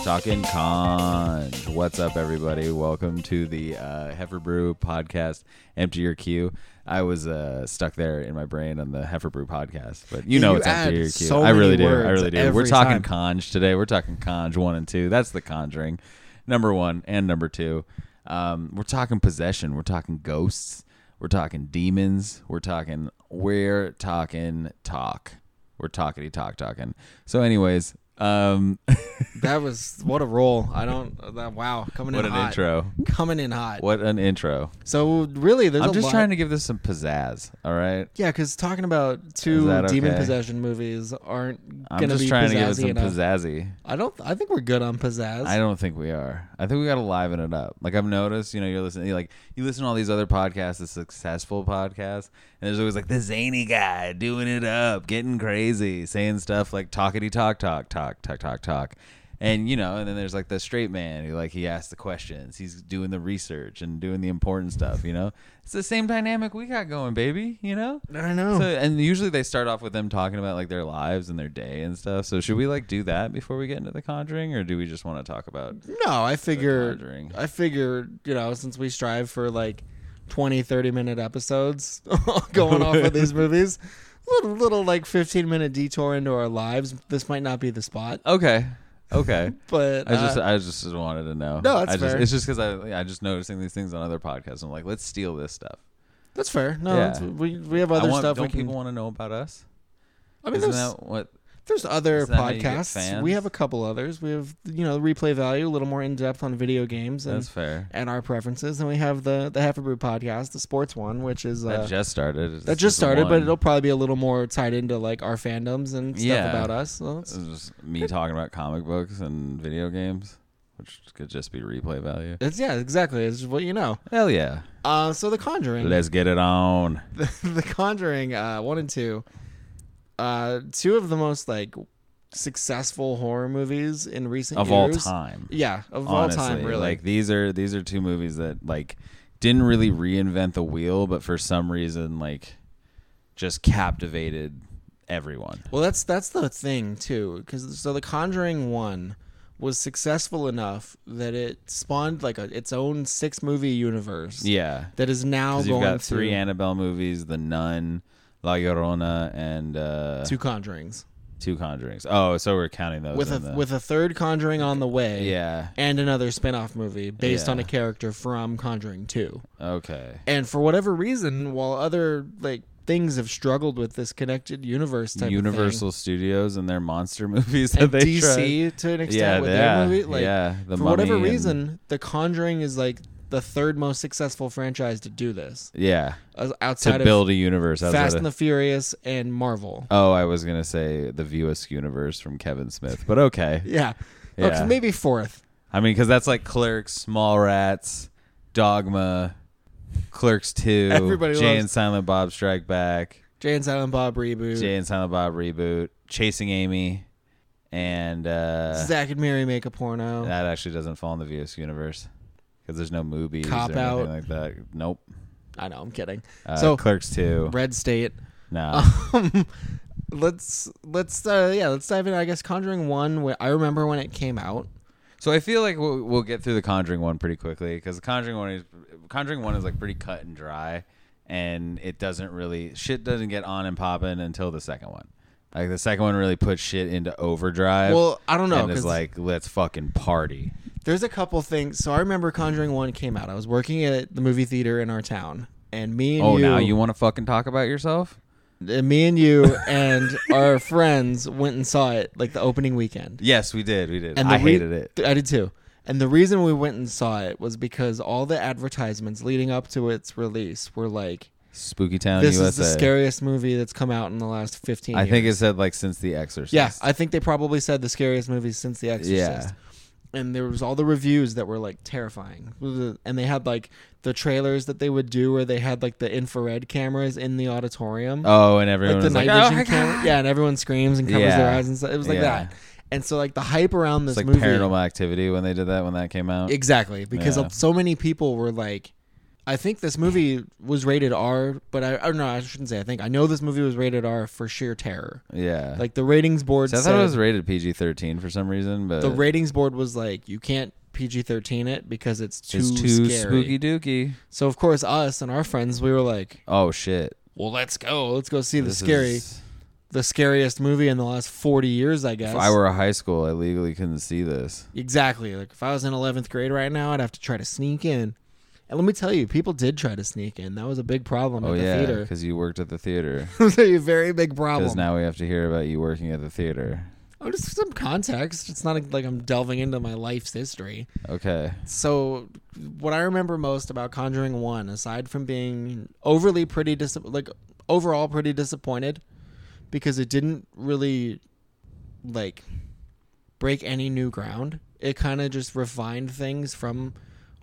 Stocking Conj. What's up, everybody? Welcome to the uh, Heifer Brew podcast. Empty your queue. I was uh, stuck there in my brain on the Heifer Brew podcast, but you Yeah, know you it's empty add your queue. so I many really do. I words really do. We're every talking time. Conj today. We're talking Conj one and two. That's the Conjuring, number one and number two. Um, we're talking possession. We're talking ghosts. We're talking demons. We're talking. We're talking talk. We're talkity talk talking. So, anyways, um, That was what a roll. I don't. That, wow, coming what in an hot. intro. Coming in hot. What an intro. So really, there's. I'm a just lot. trying to give this some pizzazz. All right. Yeah, because talking about two that demon okay? possession movies aren't I'm gonna just be trying to give it pizzazzy some enough. pizzazzy. I don't. I think we're good on pizzazz. I don't think we are. I think we got to liven it up. Like I've noticed, you know, you're listening, you like you listen to all these other podcasts, the successful podcasts, and there's always like the zany guy doing it up, getting crazy, saying stuff like talkity talk talk talk talk talk talk, and you know, and then there's like the straight man who like he asks the questions, he's doing the research and doing the important stuff. You know, it's the same dynamic we got going, baby. You know. I know. So, and usually they start off with them talking about like their lives and their day and stuff. So should we like do that before we get into the Conjuring, or do we just want to talk about? no, I figure. Conjuring. I figure. You know, since we strive for like 20, 30 minute episodes, going off of these movies, little little like fifteen minute detour into our lives. This might not be the spot, Okay, okay. but I just uh, I just wanted to know. No, that's I just, fair. It's just because I I just noticing these things on other podcasts. I'm like, let's steal this stuff. that's fair. No, Yeah. it's- we we have I other want- stuff Don't we can. people want to know about us? I mean, Isn't there's that what? There's other Isn't that how you get podcasts. fans? We have a couple others. We have you know replay value, a little more in depth on video games and, That's fair. and our preferences. And we have the the Heifer Brew podcast, the sports one, which is uh, that just started. that just started, but it'll probably be a little more tied into like our fandoms and stuff Yeah. about us. So it's- just me talking about comic books and video games, which could just be replay value. it's yeah, exactly. It's what you know. Hell yeah! Uh, so the Conjuring, Let's get it on. the, Conjuring uh, one and two, uh, two of the most like successful horror movies in recent of all years. time. Yeah, of honestly. all time, really. Like these are these are two movies that like didn't really reinvent the wheel, but for some reason like just captivated everyone. Well, that's that's the thing too, because so the Conjuring one was successful enough that it spawned like a, its own six movie universe Yeah. that is now 'Cause going you've got to three Annabelle movies, The Nun, La Llorona, and uh, two. two Conjurings Conjurings. Oh, so we're counting those. with a in the, with a third Conjuring on the way, yeah. and another spin-off movie based Yeah. on a character from Conjuring two. Okay. And for whatever reason, while other like things have struggled with this connected universe type Universal Studios and their monster movies that of they thing, and tried. DC to an extent Yeah, with yeah, their movie, like yeah. The for whatever Mummy and- reason, The Conjuring is like the third most successful franchise to do this yeah, as- to outside of build a universe. outside Fast of- and the Furious and Marvel. Oh, I was gonna say the Viewist universe from Kevin Smith, but okay. Yeah. Okay, Yeah. maybe fourth. I mean, because that's like Clerks, Mallrats, Dogma, Clerks Two, Everybody Jay loves- and Silent Bob Strike Back, Jay and Silent Bob reboot. Jay and Silent Bob reboot, Chasing Amy, and uh, Zach and Mary make a porno. that actually doesn't fall in the Viewist universe because there's no movies Cop or Out. anything like that. Nope. I know, I'm kidding. Uh, So- Clerks Two, Red State. no. Um, let's let's uh, yeah, let's dive in. I guess Conjuring One. wh- I remember when it came out. So I feel like we'll, we'll get through the Conjuring one pretty quickly because the Conjuring one is Conjuring one is like pretty cut and dry, and it doesn't really shit doesn't get on and popping until the second one. Like the second one really puts shit into overdrive. Well, I don't know and is because like let's fucking party. There's a couple things. So I remember Conjuring One came out. I was working at the movie theater in our town, and me and Oh, you, now you want to fucking talk about yourself? uh, me and you and our friends went and saw it like the opening weekend. Yes, we did. We did. And the I re- hated it. I did too. And the reason we went and saw it was because all the advertisements leading up to its release were like, Spooky Town "This USA. is the scariest movie that's come out in the last 15 I years." think it said like since The Exorcist. Yeah, I think they probably said the scariest movie since The Exorcist. Yeah. And there was all the reviews that were like terrifying. And they had like the trailers that they would do where they had like the infrared cameras in the auditorium. oh, and everyone like the was like, night oh, vision my camera. God. Yeah, and everyone screams and covers their Yeah. eyes and stuff. It was like Yeah. that. And so like the hype around this It's like movie Paranormal Activity when they did that when that came out. Exactly, because Yeah. so many people were like I think this movie was rated R, but I, I don't know. I shouldn't say. I think I know this movie was rated R for sheer terror. Yeah. Like the ratings board So I said, thought it was rated PG thirteen for some reason, but the ratings board was like, you can't PG thirteen it because it's too, it's too scary. spooky dooky. So of course, us and our friends, we were like, Oh shit. well, let's go. Let's go see the This scary, is- the scariest movie in the last forty years, I guess. If I were a high school, I legally couldn't see this. Exactly. Like if I was in 11th grade right now, I'd have to try to sneak in. And let me tell you, people did try to sneak in. That was a big problem oh at the yeah, theater. because you worked at the theater. it was a very big Because problem. now we have to hear about you working at the theater. oh, just some context. It's not like I'm delving into my life's history. Okay. So, what I remember most about Conjuring 1, aside from being overly pretty, dis- like overall pretty disappointed, because it didn't really like break any new ground. It kind of just refined things from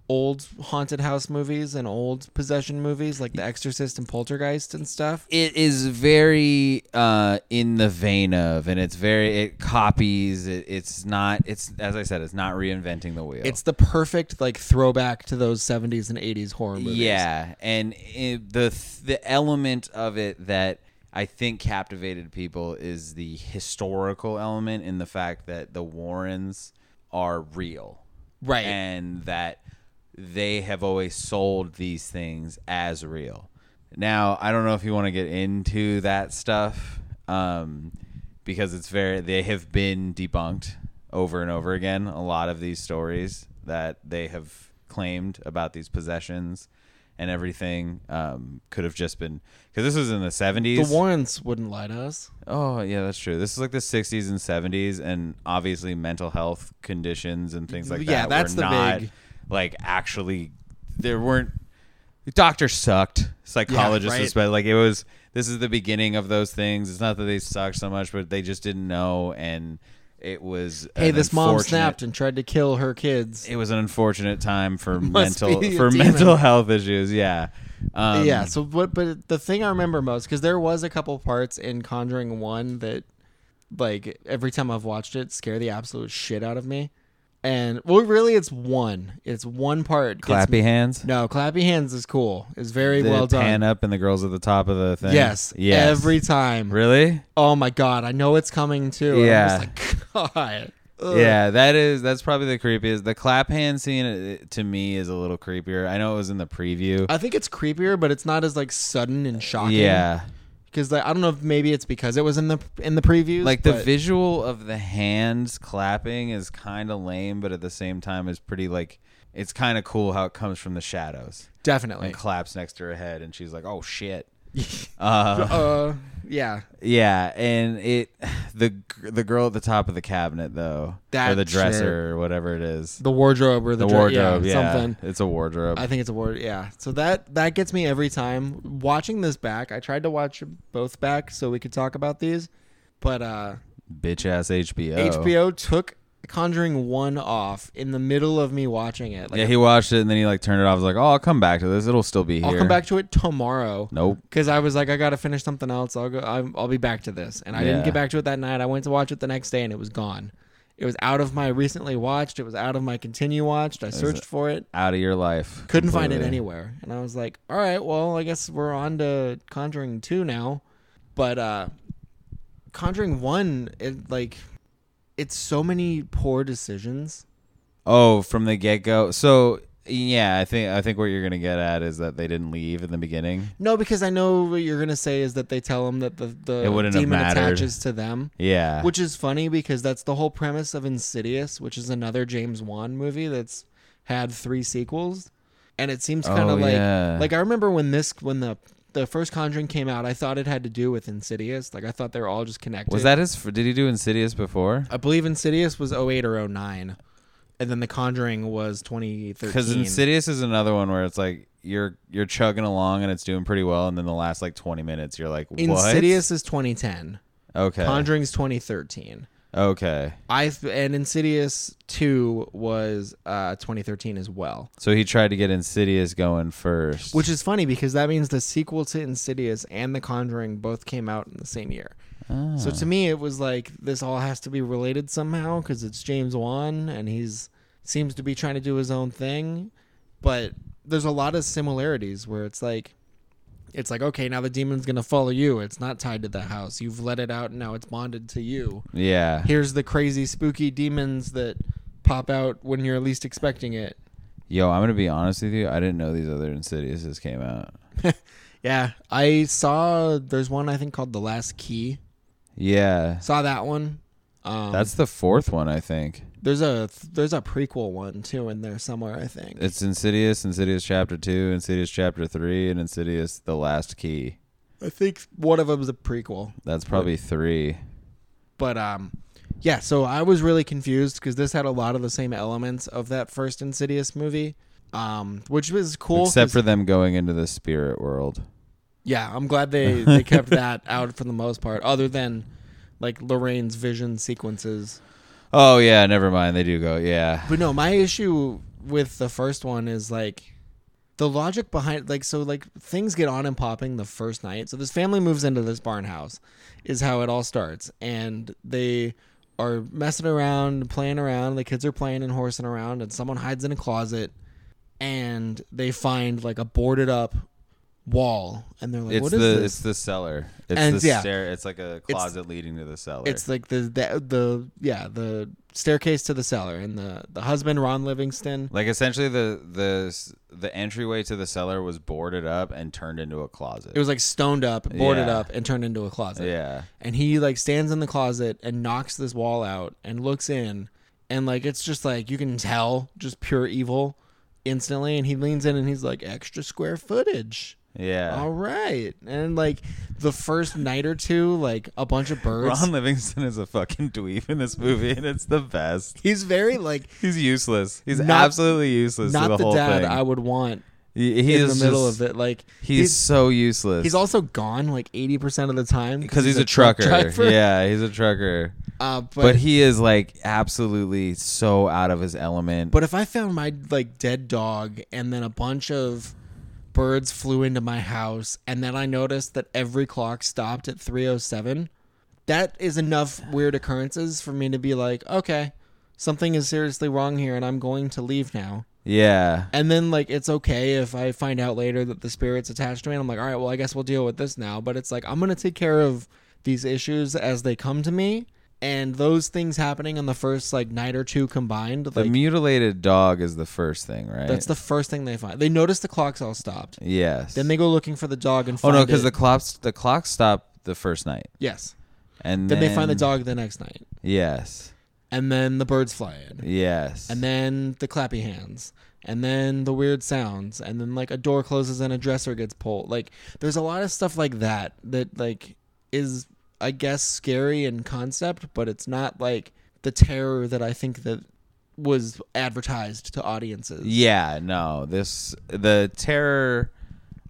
old haunted house movies and old possession movies like The Exorcist and Poltergeist and stuff. it is very uh, in the vein of, and it's very it copies. It, it's not. It's as I said, it's not reinventing the wheel. It's the perfect like throwback to those 70s and 80s horror movies. yeah, and it, the the element of it that I think captivated people is the historical element in the fact that the Warrens are real, Right. and that they have always sold these things as real. Now, I don't know if you want to get into that stuff um, because it's very, they have been debunked over and over again. A lot of these stories that they have claimed about these possessions and everything um, could have just been, because this was in the 70s. the Warrens wouldn't lie to us. Oh yeah, that's true. This is like the '60s and '70s, and obviously mental health conditions and things like Yeah, that. that's were the not, big- Like actually, there weren't. Doctors sucked. Psychologists, right. but like it was. This is the beginning of those things. It's not that they sucked so much, but they just didn't know, and it was. Hey, an this mom unfortunate- snapped and tried to kill her kids. It was an unfortunate time for Must mental be a for demon. mental health issues. Yeah. Um, yeah. So what? But the thing I remember most because there was a couple parts in Conjuring One that, like, every time I've watched it, scare the absolute shit out of me. And well, really, it's one. It's one part. gets Clappy me- hands. No, clappy hands is cool. It's very The well pan done. up and the girls at the top of the thing. Yes. Yes. Every time. Really? Oh my god! I know it's coming too. and I'm just like, god. Ugh. Yeah, that is that's probably the creepiest. The clap hand scene uh, to me is a little creepier. I know it was in the preview. I think it's creepier, but it's not as like sudden and shocking. yeah, Because like I don't know if maybe it's because it was in the in the previews. like the but- visual of the hands clapping is kind of lame, but at the same time is pretty like it's kind of cool how it comes from the shadows definitely. and claps next to her head, and she's like, "Oh shit." Uh, uh, yeah. yeah, and it the g- the girl at the top of the cabinet though, or That the dresser shit. or whatever it is, the, the wardrobe or the, dra- wardrobe, yeah, yeah, something. it's a wardrobe. I think it's a ward. Yeah. So that that gets me every time watching this back. I tried to watch both back so we could talk about these, but uh, Bitch ass HBO. HBO took Conjuring one off in the middle of me watching it. Like, yeah, he watched it and then he like turned it off. He's like, "Oh, I'll come back to this. It'll still be here." I'll come back to it tomorrow. Nope. Because I was like, I gotta finish something else. I'll go. I'm, I'll be back to this, and I didn't Yeah. get back to it that night. I went to watch it the next day, and it was gone. It was out of my recently watched. It was out of my continue watched. I searched for it. Out of your life. couldn't find it completely. anywhere and i was like all right well i guess we're on to conjuring 2 now but uh conjuring 1 it like it's so many poor decisions Oh, from the get go. So yeah, I think I think what you're gonna get at is that they didn't leave in the beginning. no because i know what you're gonna say is that they tell them that the, the It wouldn't have demon mattered. attaches to them Yeah. which is funny because that's the whole premise of insidious which is another james wan movie that's had three sequels and it seems kind Oh, of like yeah. like i remember when this when the the first conjuring came out i thought it had to do with insidious like i thought they were all just connected was that his? f- Did he do Insidious before? i believe insidious was 08 or 09 and then the conjuring was 2013 Because Insidious is another one where it's like you're you're chugging along and it's doing pretty well, and then the last like 20 minutes you're like, what? insidious is 2010 Okay. conjuring's 2013 okay. I th- and Insidious two was uh, 2013 as well. So he tried to get Insidious going first. Which is funny because that means the sequel to Insidious and The Conjuring both came out in the same year. Ah. So to me, it was like this all has to be related somehow because it's James Wan and he's seems to be trying to do his own thing, but there's a lot of similarities where it's like it's like okay now the demon's gonna follow you it's not tied to the house you've let it out and now it's bonded to you Yeah. here's the crazy spooky demons that pop out when you're least expecting it Yo, I'm gonna be honest with you. I didn't know these other Insidiouses came out. yeah i saw there's one i think called the last key Yeah, saw that one um, that's the fourth one, I think. there's a there's a prequel one too in there somewhere i think It's Insidious, Insidious Chapter Two, Insidious Chapter Three, and Insidious: The Last Key. i think one of them's a prequel That's probably three. but um yeah so i was really confused because this had a lot of the same elements of that first insidious movie um which was cool Except 'cause- for them going into the spirit world. yeah i'm glad they they kept that out for the most part other than like lorraine's vision sequences Oh yeah, never mind. They do go. Yeah, but no my issue with the first one is like the logic behind like so like things get on and popping the first night so this family moves into this barn house is how it all starts and they are messing around playing around the kids are playing and horsing around and someone hides in a closet and they find like a boarded up wall and they're like it's what the is this it's the cellar. It's And the yeah. stair. It's like a closet leading to the cellar. it's like the, the the yeah the staircase to the cellar and the the husband ron livingston like essentially the the the entryway to the cellar was boarded up and turned into a closet. it was like stoned up boarded Yeah. up and turned into a closet yeah. and he like stands in the closet and knocks this wall out and looks in and like it's just like you can tell just pure evil instantly and he leans in and he's like extra square footage Yeah. all right and like the first night or two like a bunch of birds Ron Livingston is a fucking dweeb in this movie, and it's the best. he's very like He's useless. He's Not- absolutely useless to not the, the, whole dad thing. I would want he he in is the middle just- of it like He's, so useless. He's also gone like eighty percent of the time because he's, a, truck trucker. driver. yeah, he's a trucker. Uh, but But, but, he is like absolutely so out of his element. if I found my like dead dog and then a bunch of birds flew into my house and then I noticed that every clock stopped at three oh seven, that is enough weird occurrences for me to be like, okay, something is seriously wrong here and I'm going to leave now. yeah, And then like it's okay if I find out later that the spirit's attached to me. And I'm like, all right, well I guess we'll deal with this now. But it's like I'm gonna take care of these issues as they come to me. And those things happening on the first like night or two combined, the like mutilated dog is the first thing, right? that's the first thing they find. They notice the clocks all stopped. yes. Then they go looking for the dog and oh find no, because the it. clocks the clock stopped the first night, yes. and Then, they find the dog the next night, Yes, and then the birds fly in, yes, and then the clappy hands, and then the weird sounds, and then like a door closes and a dresser gets pulled. Like there's a lot of stuff like that that like is I guess scary in concept, but it's not like the terror that I think that was advertised to audiences. Yeah, no. This the terror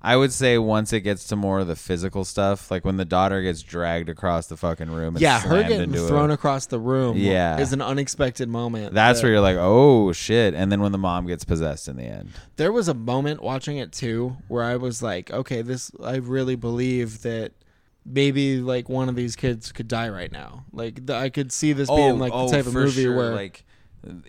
I would say once it gets to more of the physical stuff, like when the daughter gets dragged across the fucking room and Yeah, her slammed getting into thrown a, across the room Yeah. is an unexpected moment. That's that- where you're like, "Oh shit." And then when the mom gets possessed in the end. there was a moment watching it too where I was like, okay, this I really believe that maybe like one of these kids could die right now. Like th- I could see this Oh, being like the type of movie where like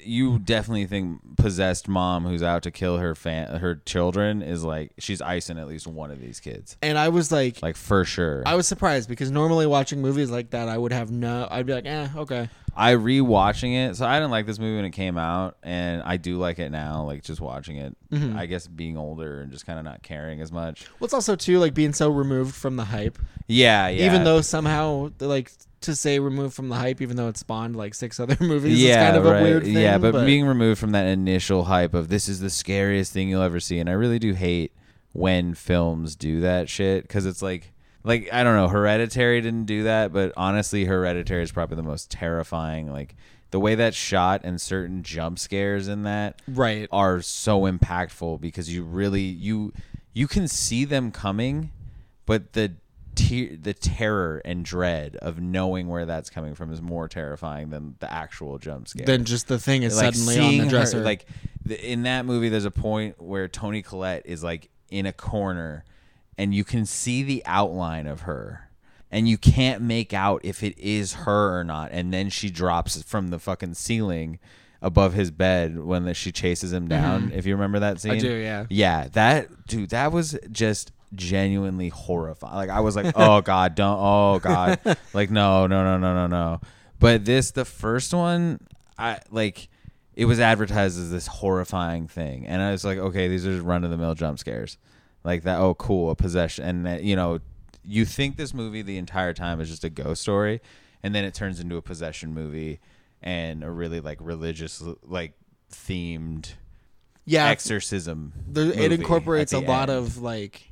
you definitely think possessed mom who's out to kill her fan, her children is like she's icing at least one of these kids. and I was like, Like for sure. I was surprised because normally watching movies like that I would have no I'd be like, eh, okay. I rewatching it. So I didn't like this movie when it came out, and I do like it now. Like just watching it, Mm-hmm. I guess being older and just kind of not caring as much. Well it's also too like being so removed from the hype. Yeah, yeah. Even though somehow like to say removed from the hype, even though it spawned like six other movies, yeah, it's kind of right. a weird thing. yeah, but, but being removed from that initial hype of this is the scariest thing you'll ever see, and I really do hate when films do that shit because it's like. Like I don't know, Hereditary didn't do that, but honestly, Hereditary is probably the most terrifying. Like the way that shot and certain jump scares in that, right. are so impactful because you really you you can see them coming, but the te- the terror and dread of knowing where that's coming from is more terrifying than the actual jump scare. Then just the thing is like suddenly on seeing the dresser. her, like the, in that movie, there's a point where Tony Collette is like in a corner, and you can see the outline of her. And you can't make out if it is her or not. And then she drops from the fucking ceiling above his bed when the, she chases him down. If you remember that scene, Mm-hmm. I do, yeah. yeah, that dude, that was just genuinely horrifying. Like I was like, oh god, don't, oh god, like no, no, no, no, no, no. But this, the first one, I like. It was advertised as this horrifying thing, and I was like, okay, these are just run of the mill jump scares, like that. Oh, cool, a possession, and that, you know, you think this movie the entire time is just a ghost story, and then it turns into a possession movie and a really like religious like themed Yeah, exorcism. the, it movie incorporates a at the lot end. of like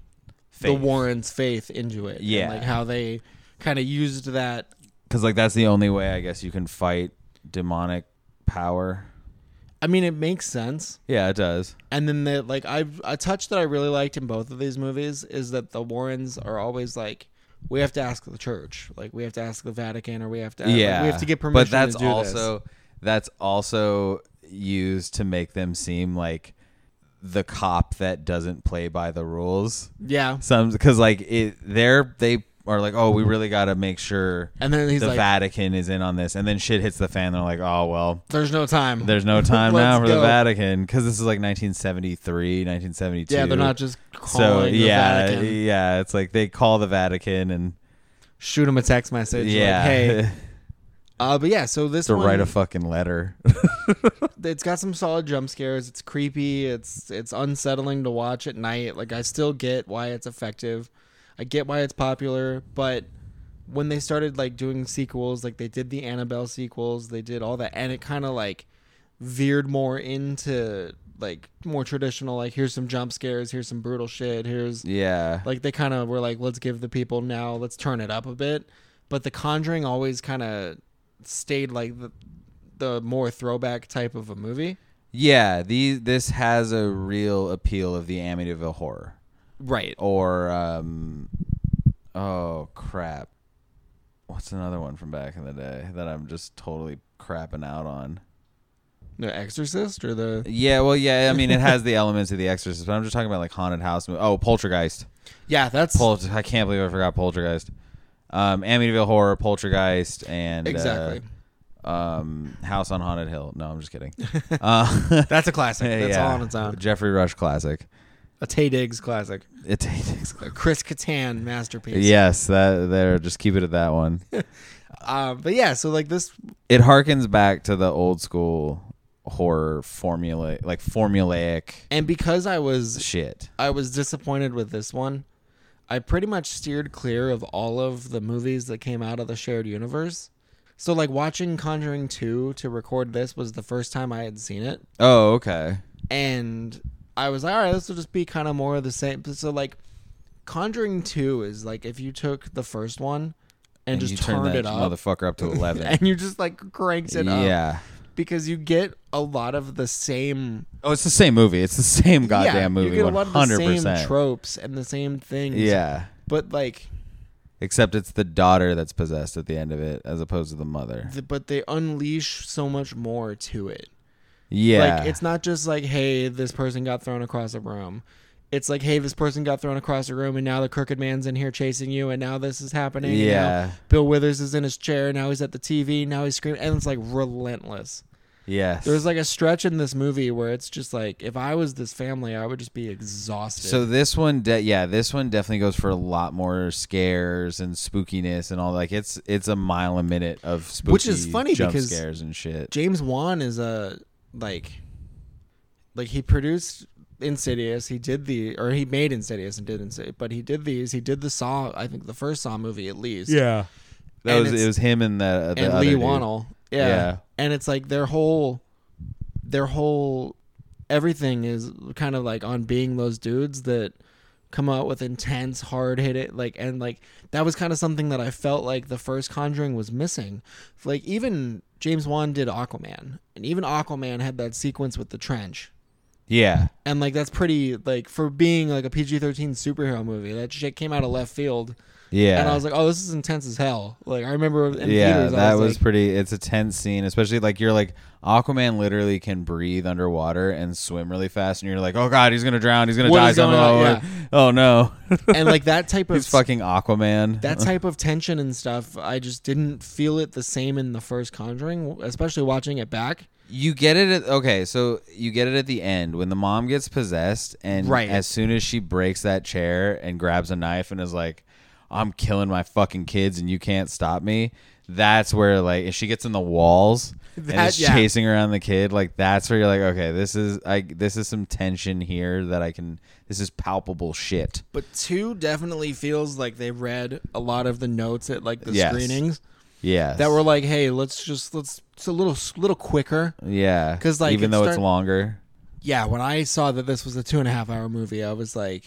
the Faith. Warrens' faith into it. and, Yeah. like how they kind of used that. because like that's the only way I guess you can fight demonic power. I mean, it makes sense. Yeah, it does. And then the like I a touch that I really liked in both of these movies is that the Warrens are always like. We have to ask the church, like we have to ask the Vatican, or we have to, Uh, like, yeah, we have to get permission. But that's to do this. also that's also used to make them seem like the cop that doesn't play by the rules. yeah. Some because like it, they're they are like, oh, we really got to make sure And then he's the like, Vatican is in on this, and then shit hits the fan. They're like, oh well, "There's no time." there's no time Let's now for the go. Vatican because this is like 1973, 1972. Yeah, they're not just so calling yeah, the Vatican. yeah. It's like they call the Vatican and Shoot them a text message. yeah, Yeah. Like, hey. Uh, but yeah, so this to one, write a fucking letter. it's got some solid jump scares. It's creepy. It's it's unsettling to watch at night. Like I still get why it's effective. I get why it's popular, but when they started like doing sequels, like they did the Annabelle sequels, they did all that and it kind of like veered more into like more traditional like here's some jump scares, here's some brutal shit, here's yeah, like they kind of were like let's give the people now let's turn it up a bit but the conjuring always kind of stayed like the, the more throwback type of a movie yeah. These this has a real appeal of the Amityville horror right or um, oh crap, what's another one from back in the day that I'm just totally crapping out on? the exorcist or the Yeah, well, yeah. I mean, it has the elements of The Exorcist, but I'm just talking about like haunted house. Movie. Oh, Poltergeist. yeah that's Pol- I can't believe I forgot Poltergeist. Um, Amityville Horror, Poltergeist, and uh, exactly um, House on Haunted Hill. No, I'm just kidding. Uh, that's a classic that's yeah. all on its own Jeffrey Rush classic. a tay diggs classic It takes. a chris catan masterpiece Yes, that there. Just keep it at that one. uh, but yeah so like this It harkens back to the old school horror formula, like formulaic and because i was shit. I was disappointed with this one. I pretty much steered clear of all of the movies that came out of the shared universe. So like watching Conjuring 2 to record this was the first time I had seen it Oh, okay. and I was like all right this will just be kind of more of the same. So like Conjuring 2 is like if you took the first one and, you just turn turned that it up motherfucker up to eleven. and you just like cranks it up yeah. because you get a lot of the same Oh, it's the same movie. It's the same goddamn yeah, movie. You get a lot of the 100%. same tropes and the same things. Yeah. But like Except it's the daughter that's possessed at the end of it as opposed to the mother. th- but they unleash so much more to it. Yeah. Like it's not just like, hey, this person got thrown across a room. It's like, hey, this person got thrown across a room, and now the crooked man's in here chasing you, and now this is happening. and now Yeah. Bill Withers is in his chair. Now he's at the TV. Now he's screaming, and it's like relentless. yes. There's like a stretch in this movie where it's just like, if I was this family, I would just be exhausted. so this one de- yeah, this one definitely goes for a lot more scares and spookiness and all like it's it's a mile a minute of spooky Which is funny jump because scares and shit. James Wan is a like like he produced Insidious, he did the or he made Insidious and did Insidious, but he did these, he did the Saw, I think the first Saw movie at least. Yeah. That and was it's- it was him and the, uh, the And other Lee dude. Wannell. Yeah. Yeah. And it's like their whole their whole everything is kind of like on being those dudes that come out with intense hard hit it like and like that was kind of something that I felt like the first conjuring was missing. Like even James Wan did Aquaman and even Aquaman had that sequence with the trench. Yeah. And like that's pretty like for being like a PG-13 superhero movie. That shit came out of left field. Yeah. And I was like, "Oh, this is intense as hell." Like I remember in yeah, theaters that I was, was, like, pretty. It's a tense scene, especially like you're like Aquaman literally can breathe underwater and swim really fast, and you're like, oh god, he's gonna drown, he's gonna What die, is going somehow, on? or- oh no, and like that type of he's fucking Aquaman. that type of tension and stuff i just didn't feel it the same in the first conjuring especially watching it back You get it. At, okay, so you get it at the end when the mom gets possessed, and Right. as soon as she breaks that chair and grabs a knife and is like, "I'm killing my fucking kids, and you can't stop me." That's where like if she gets in the walls and That- is yeah. chasing around the kid, like that's where you're like, okay, this is I this is some tension here that I can. This is palpable shit. But two definitely feels like they read a lot of the notes at like the Yes. screenings Yeah, that were like, "Hey, let's just let's it's a little little quicker." yeah, 'Cause, like, even it though it's start- longer, Yeah, when I saw that this was a two and a half hour movie, I was like,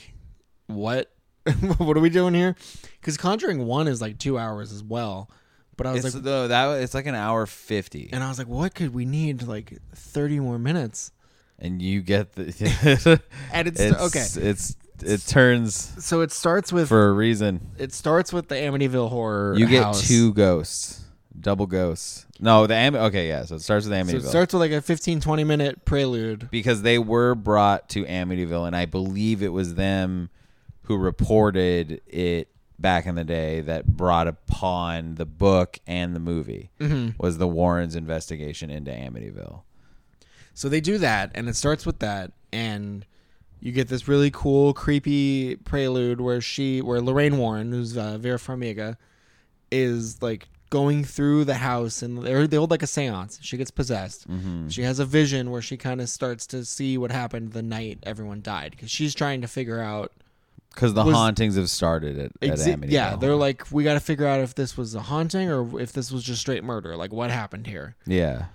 "What? what are we doing here?" Because Conjuring One is like two hours as well. But I was it's like, though that it's like an hour fifty. and I was like, "What could we need like thirty more minutes?" and you get the And it's, okay. It's it turns So it starts with for a reason. it starts with the Amityville horror. You get house. two ghosts, double ghosts. No, the Am- okay, yeah. So it starts with So Amityville it starts with like a 15, 20 minute prelude. because they were brought to Amityville, and I believe it was them who reported it back in the day that brought upon the book and the movie Mm-hmm. was the Warrens' investigation into Amityville. So they do that, and it starts with that, and you get this really cool, creepy prelude where she, where Lorraine Warren, who's uh, Vera Farmiga, is like going through the house, and they they hold like a séance. She gets possessed. Mm-hmm. She has a vision where she kind of starts to see what happened the night everyone died, because she's trying to figure out. Because the Was- hauntings have started at, at Exi- Amityville. yeah, they're like, we got to figure out if this was a haunting or if this was just straight murder. Like, what happened here? yeah.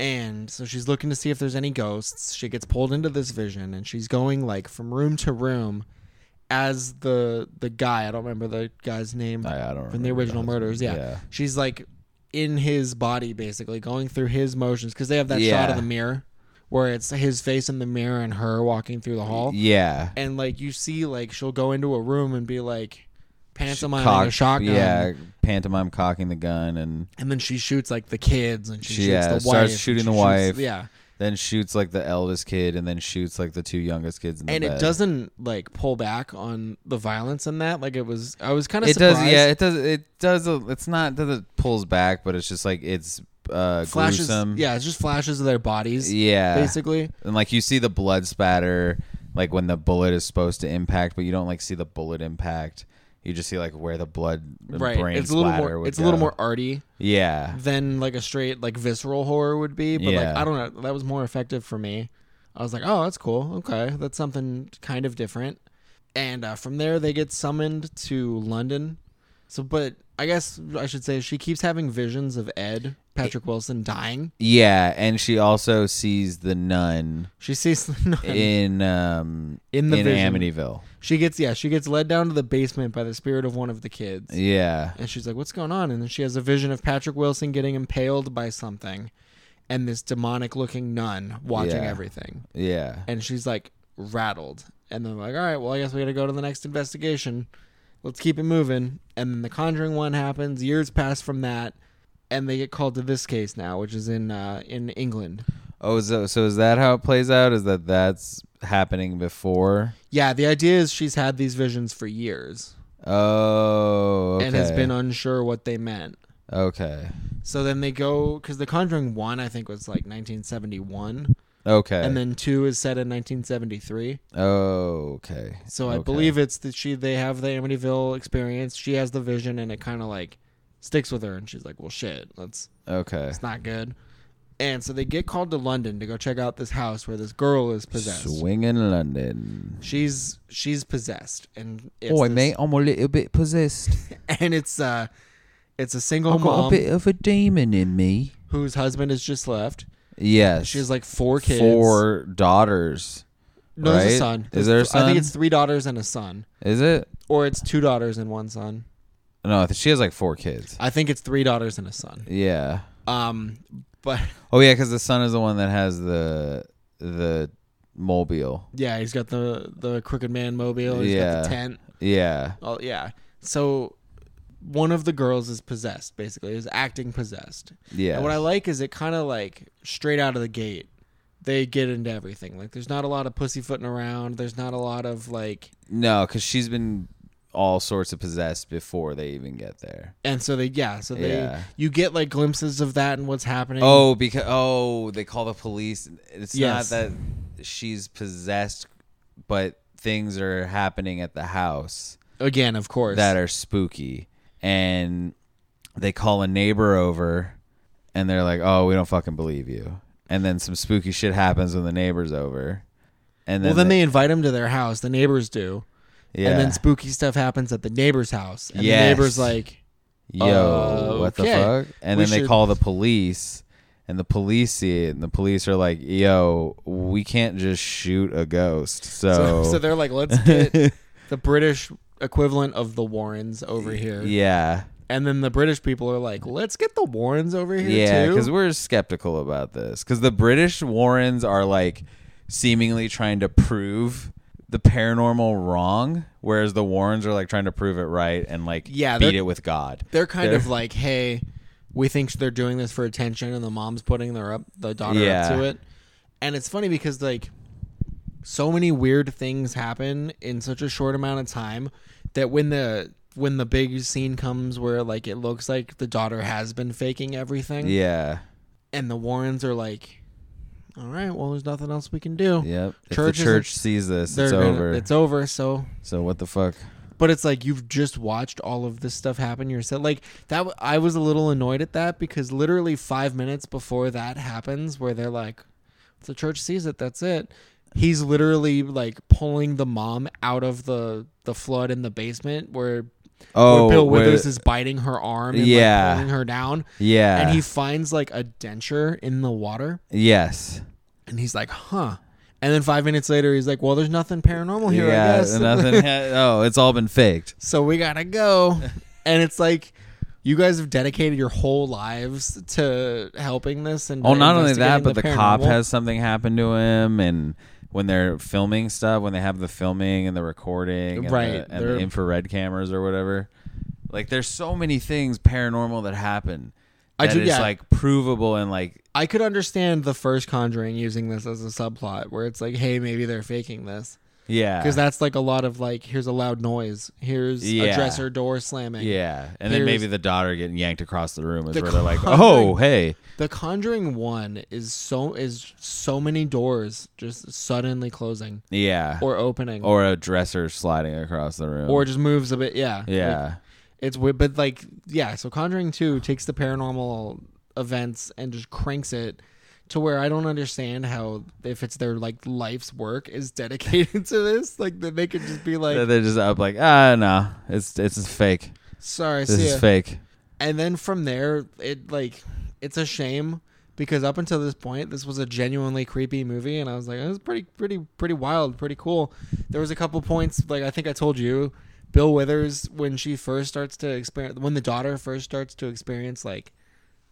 And so she's looking to see if there's any ghosts. She gets pulled into this vision and she's going like from room to room as the the guy, I don't remember the guy's name I, I don't from the remember original that. murders, yeah. yeah. She's like in his body basically, going through his motions cuz they have that shot Yeah. of the mirror where it's his face in the mirror and her walking through the hall. Yeah. And like you see like she'll go into a room and be like pantomiming cock- a shotgun. Yeah, pantomime cocking the gun, and And then she shoots like the kids and she, She, shoots yeah, the wife. starts and shooting she the shoots- wife. Yeah. then shoots like the eldest kid, and then shoots like the two youngest kids. In the and it bed. doesn't like pull back on the violence in that. Like it was, I was kind of It surprised. does. Yeah, it does. It does. A, it's not that it pulls back, but it's just like it's uh, flashes. gruesome. Yeah, it's just flashes of their bodies, Yeah. basically. And like you see the blood spatter, like when the bullet is supposed to impact, but you don't like see the bullet impact. You just see like where the blood and Right. brain It's a little splatter more. would It's a little go. more arty Yeah. than like a straight like visceral horror would be. But like Yeah. I don't know, that was more effective for me. I was like, oh, that's cool. Okay, that's something kind of different. And uh, from there, they get summoned to London. So, but I guess I should say she keeps having visions of Ed Patrick Wilson dying. Yeah, and she also sees the nun She sees in um In the in vision. Amityville. She gets yeah, she gets led down to the basement by the spirit of one of the kids. Yeah. And she's like, "What's going on?" And then she has a vision of Patrick Wilson getting impaled by something and this demonic-looking nun watching Yeah. everything. Yeah. And she's like rattled. And then like, "All right, well, I guess we got to go to the next investigation. Let's keep it moving." And then the Conjuring one happens. Years pass from that. And they get called to this case now, which is in uh, in England. Oh, so so is that how it plays out? Is that that's happening before? Yeah, the idea is she's had these visions for years Oh, okay. and has been unsure what they meant. okay, So then they go because The Conjuring one I think was like 1971, okay, and then two is set in 1973. okay. So I Okay. believe it's that she they have the Amityville experience. She has the vision, and it kind of like sticks with her, and she's like, "Well, shit, that's Okay, it's not good." And so they get called to London to go check out this house where this girl is possessed. swinging London. She's she's possessed, and it's Oh, this- mate, I'm a little bit possessed. and it's uh, it's a single I've got a Oh, mom bit of a demon in me. whose husband has just left. Yes, She has like four kids. four daughters. No, there's a right? son. Is there a I think son? it's three daughters and a son, Is it? or it's two daughters and one son. No, I think she has like four kids. I think it's three daughters and a son. Yeah. Um, but Oh yeah, because the son is the one that has the the mobile. yeah, he's got the the crooked man mobile. He's Yeah. got the tent. Yeah. Oh yeah. So one of the girls is possessed. Basically, is acting possessed. Yeah. And what I like is it kind of like straight out of the gate. They get into everything. Like, there's not a lot of pussyfooting around. There's not a lot of like No, because she's been all sorts of possessed before they even get there. and so they yeah so they Yeah. you get like glimpses of that and what's happening Oh, because oh, they call the police. It's Yes. not that she's possessed, but things are happening at the house again of course that are spooky, and they call a neighbor over, and they're like, "Oh, we don't fucking believe you." And then some spooky shit happens when the neighbor's over, and then well then they invite him to their house the neighbors do yeah. and then spooky stuff happens at the neighbor's house and the Yes. neighbor's like yo, what the Oh, Okay. fuck? And We then they should- call the police, and the police see it, and the police are like, yo, we can't just shoot a ghost. So, so, so they're like let's get the british equivalent of the warrens over here yeah, and then the british people are like let's get the warrens over here yeah, too because we're skeptical about this. Because the British Warrens are like seemingly trying to prove the paranormal wrong, whereas the Warrens are like trying to prove it right and like Yeah, beat they're- it with God. they're kind They're- of like, hey, we think they're doing this for attention, and the mom's putting their up the daughter Yeah. up to it. And it's funny because like so many weird things happen in such a short amount of time that when the when the big scene comes where like it looks like the daughter has been faking everything, Yeah. and the Warrens are like, all right, well, there's nothing else we can do. Yep. Church if the is- church sees this, They're it's gonna- over. It's over. So so what the fuck? but it's like you've just watched all of this stuff happen yourself. Like that, w- I was a little annoyed at that because literally five minutes before that happens, where they're like, "If "The church sees it. That's it." He's literally like pulling the mom out of the the flood in the basement where, Oh, where Bill where- Withers is biting her arm and Yeah. like pulling her down, yeah, and he finds like a denture in the water, Yes. and he's like, "Huh." And then five minutes later, he's like, "Well, there's nothing paranormal here, I guess." nothing. ha- oh, it's all been faked. so we gotta go. And it's like you guys have dedicated your whole lives to helping this and Oh, not only that, but the, investigating cop paranormal. has something happen to him, and when they're filming stuff, when they have the filming and the recording, and Right, the, and the they're- infrared cameras or whatever. Like, there's so many things paranormal that happen I that do- is, yeah. like provable and like I could understand the first Conjuring using this as a subplot where it's like, hey, maybe they're faking this yeah, because that's like a lot of like, here's a loud noise, here's Yeah. a dresser door slamming. yeah, and then Here's- maybe the daughter getting yanked across the room is The where they're like, Conjuring- oh hey, The Conjuring one is so is so many doors just suddenly closing yeah, or, or opening a dresser sliding across the room, or just moves a bit. Yeah, Like, yeah, It's weird, but like, yeah. So Conjuring Two takes the paranormal events and just cranks it to where I don't understand how if it's their like life's work is dedicated to this, like that they could just be like, they're just up like ah no, it's it's fake. sorry, This see is ya." fake. And then from there, it like, it's a shame because up until this point, this was a genuinely creepy movie, and I was like, it was pretty, pretty, pretty wild, pretty cool. There was a couple points, like I think I told you. Bill Withers, when she first starts to experience, when the daughter first starts to experience like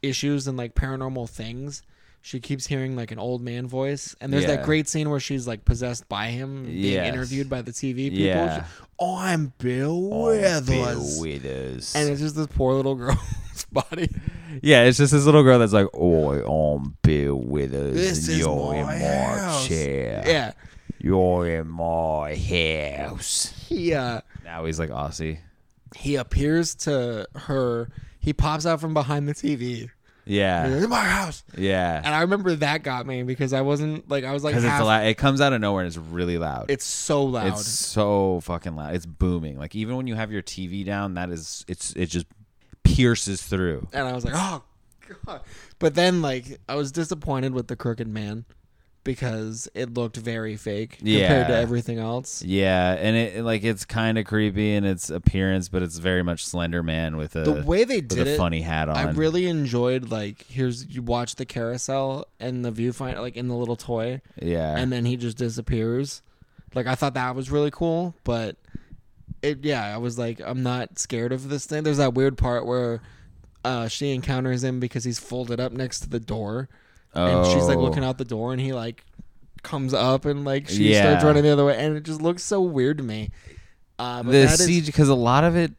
issues and like paranormal things. She keeps hearing like an old man voice, and there's Yeah. that great scene where she's like possessed by him, being Yes. interviewed by the TV people. Yeah. Oh, She- oh, I'm Bill Withers, and it's just this poor little girl's body. yeah, it's just this little girl that's like, "Oi, I'm Bill Withers. This and is you're in my my house." chair. Yeah, You're in my house." he uh, Now he's like Aussie. he appears to her. He pops out from behind the TV. Yeah, In my house, yeah. and I remember that got me because I wasn't like I was like Because it's half- loud. It comes out of nowhere and it's really loud. it's so loud. It's so fucking loud. It's booming. Like even when you have your TV down, that is, it's it just pierces through. and I was like, oh god. But then like I was disappointed with the Crooked Man because it looked very fake compared to Yeah. everything else. Yeah, and it it, like it's kind of creepy in its appearance, but it's very much Slender Man with a The way they with did a it, funny hat on. I really enjoyed like here's you watch the carousel and the viewfinder like in the little toy, yeah, and then he just disappears. Like I thought that was really cool, but it yeah I was like I'm not scared of this thing. There's that weird part where. Uh, she encounters him because he's folded up next to the door, and she's like Oh. looking out the door and he like comes up and like she Yeah. starts running the other way and it just looks so weird to me uh, but the that is- CG because a lot of it,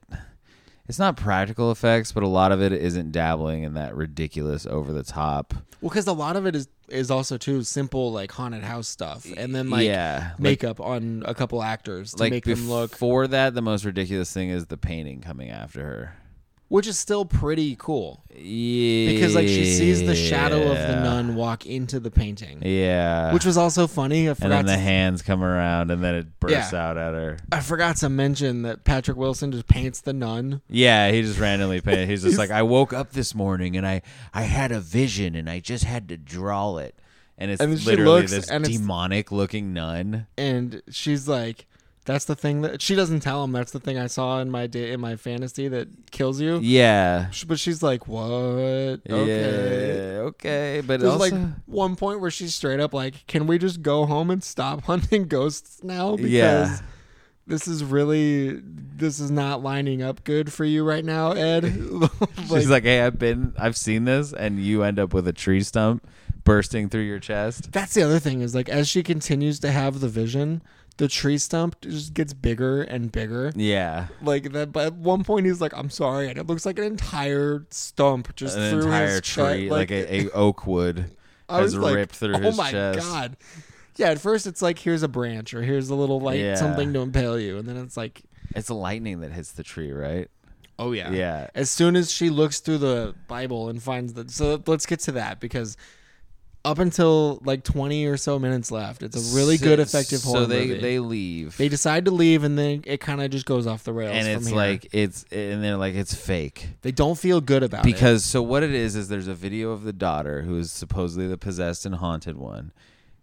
it's not practical effects, but a lot of it isn't dabbling in that ridiculous over the top. well because a lot of it is is also too simple like haunted house stuff and then like yeah, like- makeup on a couple actors to like make them look before that, the most ridiculous thing is the painting coming after her. which is still pretty cool Yeah, because like she sees the shadow of the nun walk into the painting Yeah, which was also funny I and forgot then the to, hands come around, and then it bursts Yeah. out at her. I forgot to mention that Patrick Wilson just paints the nun Yeah, he just randomly painted. He's just like, I woke up this morning and I I had a vision and I just had to draw it, and it's And then she literally looks this and it's- demonic looking nun. and she's like that's the thing that she doesn't tell him that's the thing I saw in my day in my fantasy that kills you Yeah. Sh- but she's like what okay Yeah, okay, but There's also, like one point where she's straight up like, "Can we just go home and stop hunting ghosts now?" Because Yeah. this is really this is not lining up good for you right now, Ed. like, she's like, "Hey, I've been, I've seen this, and you end up with a tree stump bursting through your chest." that's the other thing is like as she continues to have the vision, the tree stump just gets bigger and bigger. Yeah, Like that, but at one point he's like, "I'm sorry," and it looks like an entire stump just an through entire his tree, chest. like, a, a oak wood, I has was like, ripped through oh his my chest. god. Yeah, at first it's like here's a branch or here's a little like Yeah. something to impale you, and then it's like, It's the lightning that hits the tree, right? oh yeah, Yeah. As soon as she looks through the Bible and finds that, so let's get to that because up until like twenty or so minutes left, it's a really So- good effective horror So they movie. They, they leave. decide to leave, and then it kind of just goes off the rails. and from it's here. like it's and they're like it's fake they don't feel good about it. because so what it is is there's a video of the daughter who is supposedly the possessed and haunted one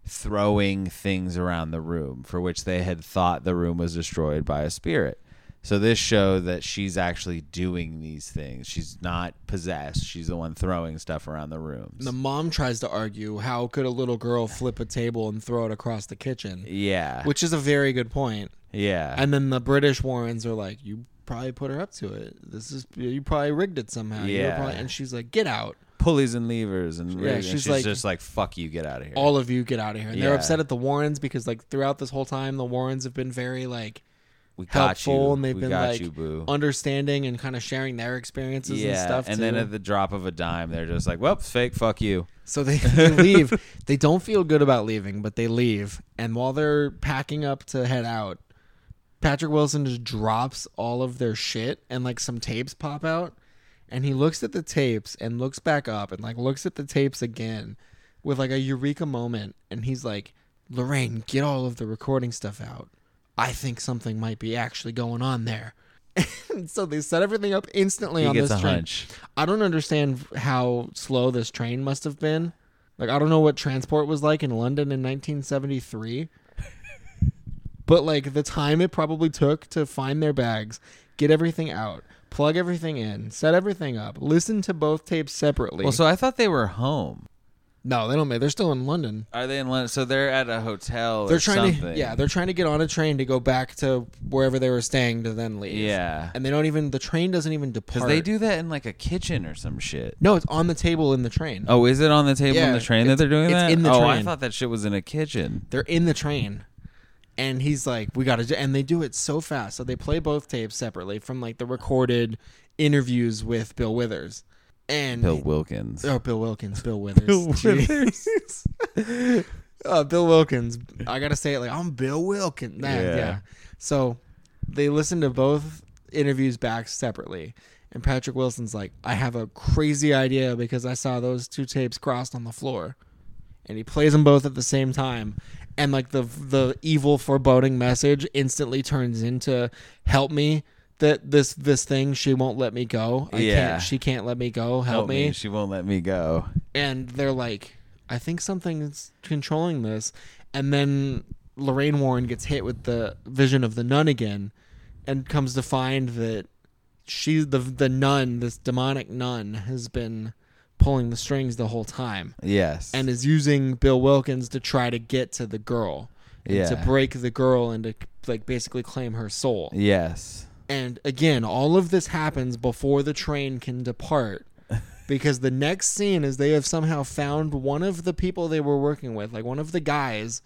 throwing things around the room for which they had thought the room was destroyed by a spirit so this showed that she's actually doing these things she's not possessed she's the one throwing stuff around the rooms The mom tries to argue, how could a little girl flip a table and throw it across the kitchen? yeah Which is a very good point. yeah And then the British Warrens are like, "You probably put her up to it. This is you probably rigged it somehow." You were Yeah. probably- and she's like, "Get out, pulleys and levers and, Yeah, rigging. she's she's, like- just like fuck you get out of here all of you, get out of here." And they're Yeah. upset at the Warrens because like throughout this whole time, the Warrens have been very like we got helpful, you and they've we been got like you boo understanding and kind of sharing their experiences and stuff. too. then at the drop of a dime, they're just like, "Well, fake, fuck you." So they, they leave. They don't feel good about leaving, but they leave. And while they're packing up to head out, Patrick Wilson just drops all of their shit and like some tapes pop out. And he looks at the tapes and looks back up and like looks at the tapes again with like a eureka moment. And he's like, Lorraine, get all of the recording stuff out. I think something might be actually going on there. And so they set everything up instantly He on gets this a train. hunch. I don't understand how slow this train must have been. Like I don't know what transport was like in London in 1973. but like the time it probably took to find their bags, get everything out, plug everything in, set everything up, listen to both tapes separately. Well, so I thought they were home. no, they don't make. They're still in London. Are they in London? So they're at a hotel. They're or trying something. to yeah, they're trying to get on a train to go back to wherever they were staying to then leave. yeah. And they don't even the train doesn't even depart. Because they do that in like a kitchen or some shit. No, it's on the table in the train. Oh, is it on the table in Yeah, the train that they're doing it's that? in the oh, I train. thought that shit was in a kitchen. They're in the train, and he's like, "We got to," do and they do it so fast. So they play both tapes separately from like the recorded interviews with Bill Withers and Bill Wilkins. oh Bill Wilkins, Bill Withers, Bill Jeez. Uh, Bill Wilkins. I gotta say it like I'm Bill Wilkins. Nah, Yeah. yeah. So they listen to both interviews back separately. And Patrick Wilson's like, I have a crazy idea because I saw those two tapes crossed on the floor. And he plays them both at the same time. And like the the evil foreboding message instantly turns into help me that this this thing she won't let me go. I Yeah. can't she can't let me go. Help, Help me She won't let me go. and they're like, I think something's controlling this. And then Lorraine Warren gets hit with the vision of the nun again and comes to find that she the the nun, this demonic nun, has been pulling the strings the whole time Yes. and is using Bill Wilkins to try to get to the girl. And Yeah. to break the girl and to like basically claim her soul. yes. And again, all of this happens before the train can depart. Because the next scene is they have somehow found one of the people they were working with, like one of the guys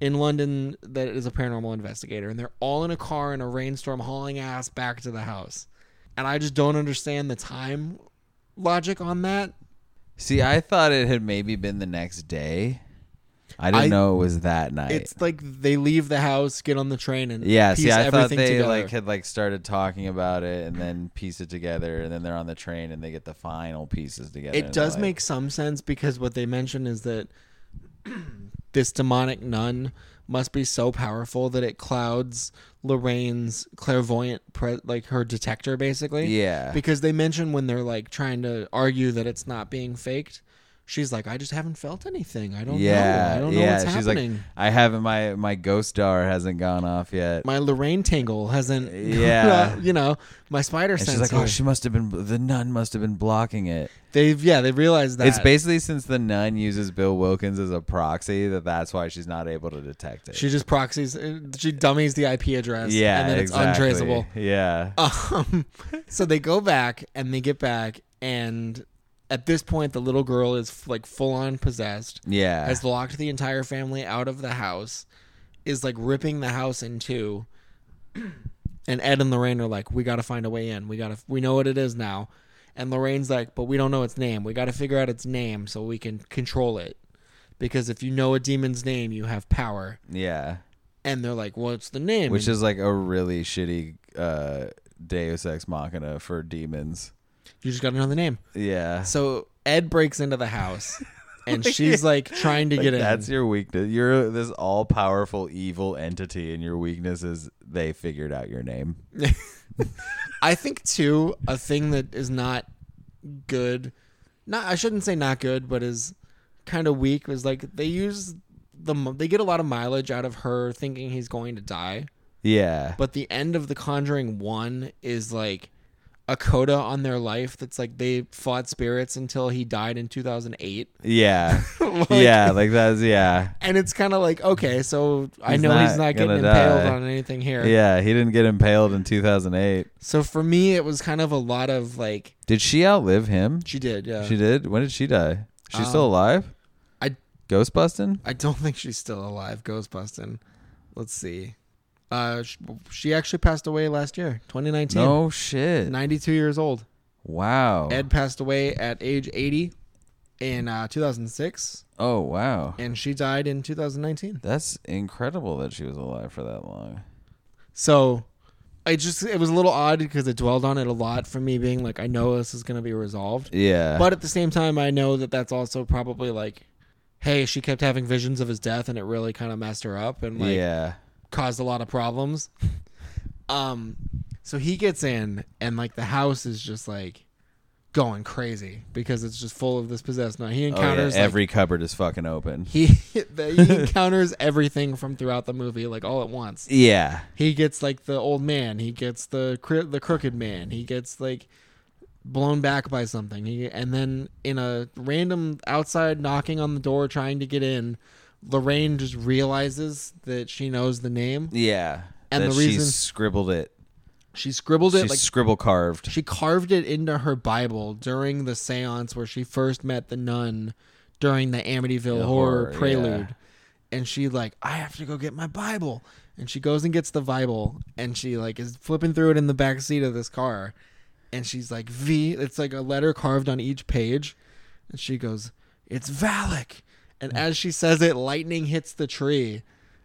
in London that is a paranormal investigator, and they're all in a car in a rainstorm hauling ass back to the house. And I just don't understand the time logic on that. See, I thought it had maybe been the next day. I didn't I- know it was that night. It's like they leave the house, get on the train, and yeah, piece see, I thought everything they together. like had like started talking about it and then piece it together, and then they're on the train and they get the final pieces together. it and they're does like- make some sense because what they mention is that this demonic nun must be so powerful that it clouds Lorraine's clairvoyant, pre- like her detector, basically. yeah, Because they mention when they're like trying to argue that it's not being faked, she's like, "I just haven't felt anything. I don't yeah, know. I don't know yeah. what's She's happening. like, I haven't my my ghost star hasn't gone off yet. my Lorraine tingle hasn't. Yeah. you know, my spider and sense. she's like, oh, she must have been the nun must have been blocking it. they've yeah, they realized that It's basically since the nun uses Bill Wilkins as a proxy that that's why she's not able to detect it. She just proxies. uh, She dummies the IP address. yeah, and then it's exactly. untraceable. Yeah, Um, so they go back and they get back, and at this point, the little girl is like full on possessed. yeah. Has locked the entire family out of the house, is like ripping the house in two. And Ed and Lorraine are like, "We got to find a way in. We got to. We know what it is now." And Lorraine's like, "But we don't know its name. We got to figure out its name so we can control it, because if you know a demon's name, you have power." yeah. and they're like, "What's the name?" Which And- is like a really shitty uh, Deus Ex Machina for demons. you just got to know the name. Yeah. So Ed breaks into the house, and she's like trying to Like, get in. that's your weakness. You're this all powerful evil entity, and your weakness is they figured out your name. I think too a thing that is not good. Not I shouldn't say not good, but is kind of weak. Was like they use the mo- they get a lot of mileage out of her thinking he's going to die. Yeah. But the end of The Conjuring One is like a coda on their life. That's like they fought spirits until he died in two thousand eight. Yeah. yeah. Like that's, yeah. and it's kind of like okay, so I He's know he's not not getting gonna impaled die. on anything here. Yeah. He didn't get impaled in 2008. So for me, it was kind of a lot of like Did she outlive him? she did. Yeah, She did? When did she die? She's still Um, alive? I- Ghost busting? I don't think she's still alive. Ghost busting. Let's see. Uh, she, she actually passed away last year, 2019. No shit. Oh. 92 years old. Wow. Ed passed away at age 80 in uh, 2006, oh, wow. and she died in 2019. That's incredible that she was alive for that long. So I just it was a little odd because it dwelled on it a lot for me, being like, I know this is gonna be resolved. Yeah. But at the same time, I know that that's also probably like, hey, she kept having visions of his death, and it really kind of messed her up and like yeah. caused a lot of problems. um, so he gets in, and like the house is just like going crazy because it's just full of this possessed. Now he Oh, yeah, encounters like, Every cupboard is fucking open. he he encounters everything from throughout the movie like all at once. Yeah. He gets like the old man. He gets the cri- the crooked man. He gets like blown back by something. He, and then in a random outside knocking on the door trying to get in, Lorraine just realizes that she knows the name. Yeah. And that the she reason- scribbled it. She scribbled She it like scribble carved. she carved it into her Bible during the séance where she first met the nun during the Amityville The horror, horror, prelude. yeah. And she like, I have to go get my Bible. And she goes and gets the Bible and she like is flipping through it in the back seat of this car. And she's like, V it's like a letter carved on each page. And she goes, It's Valak. And as she says it, lightning hits the tree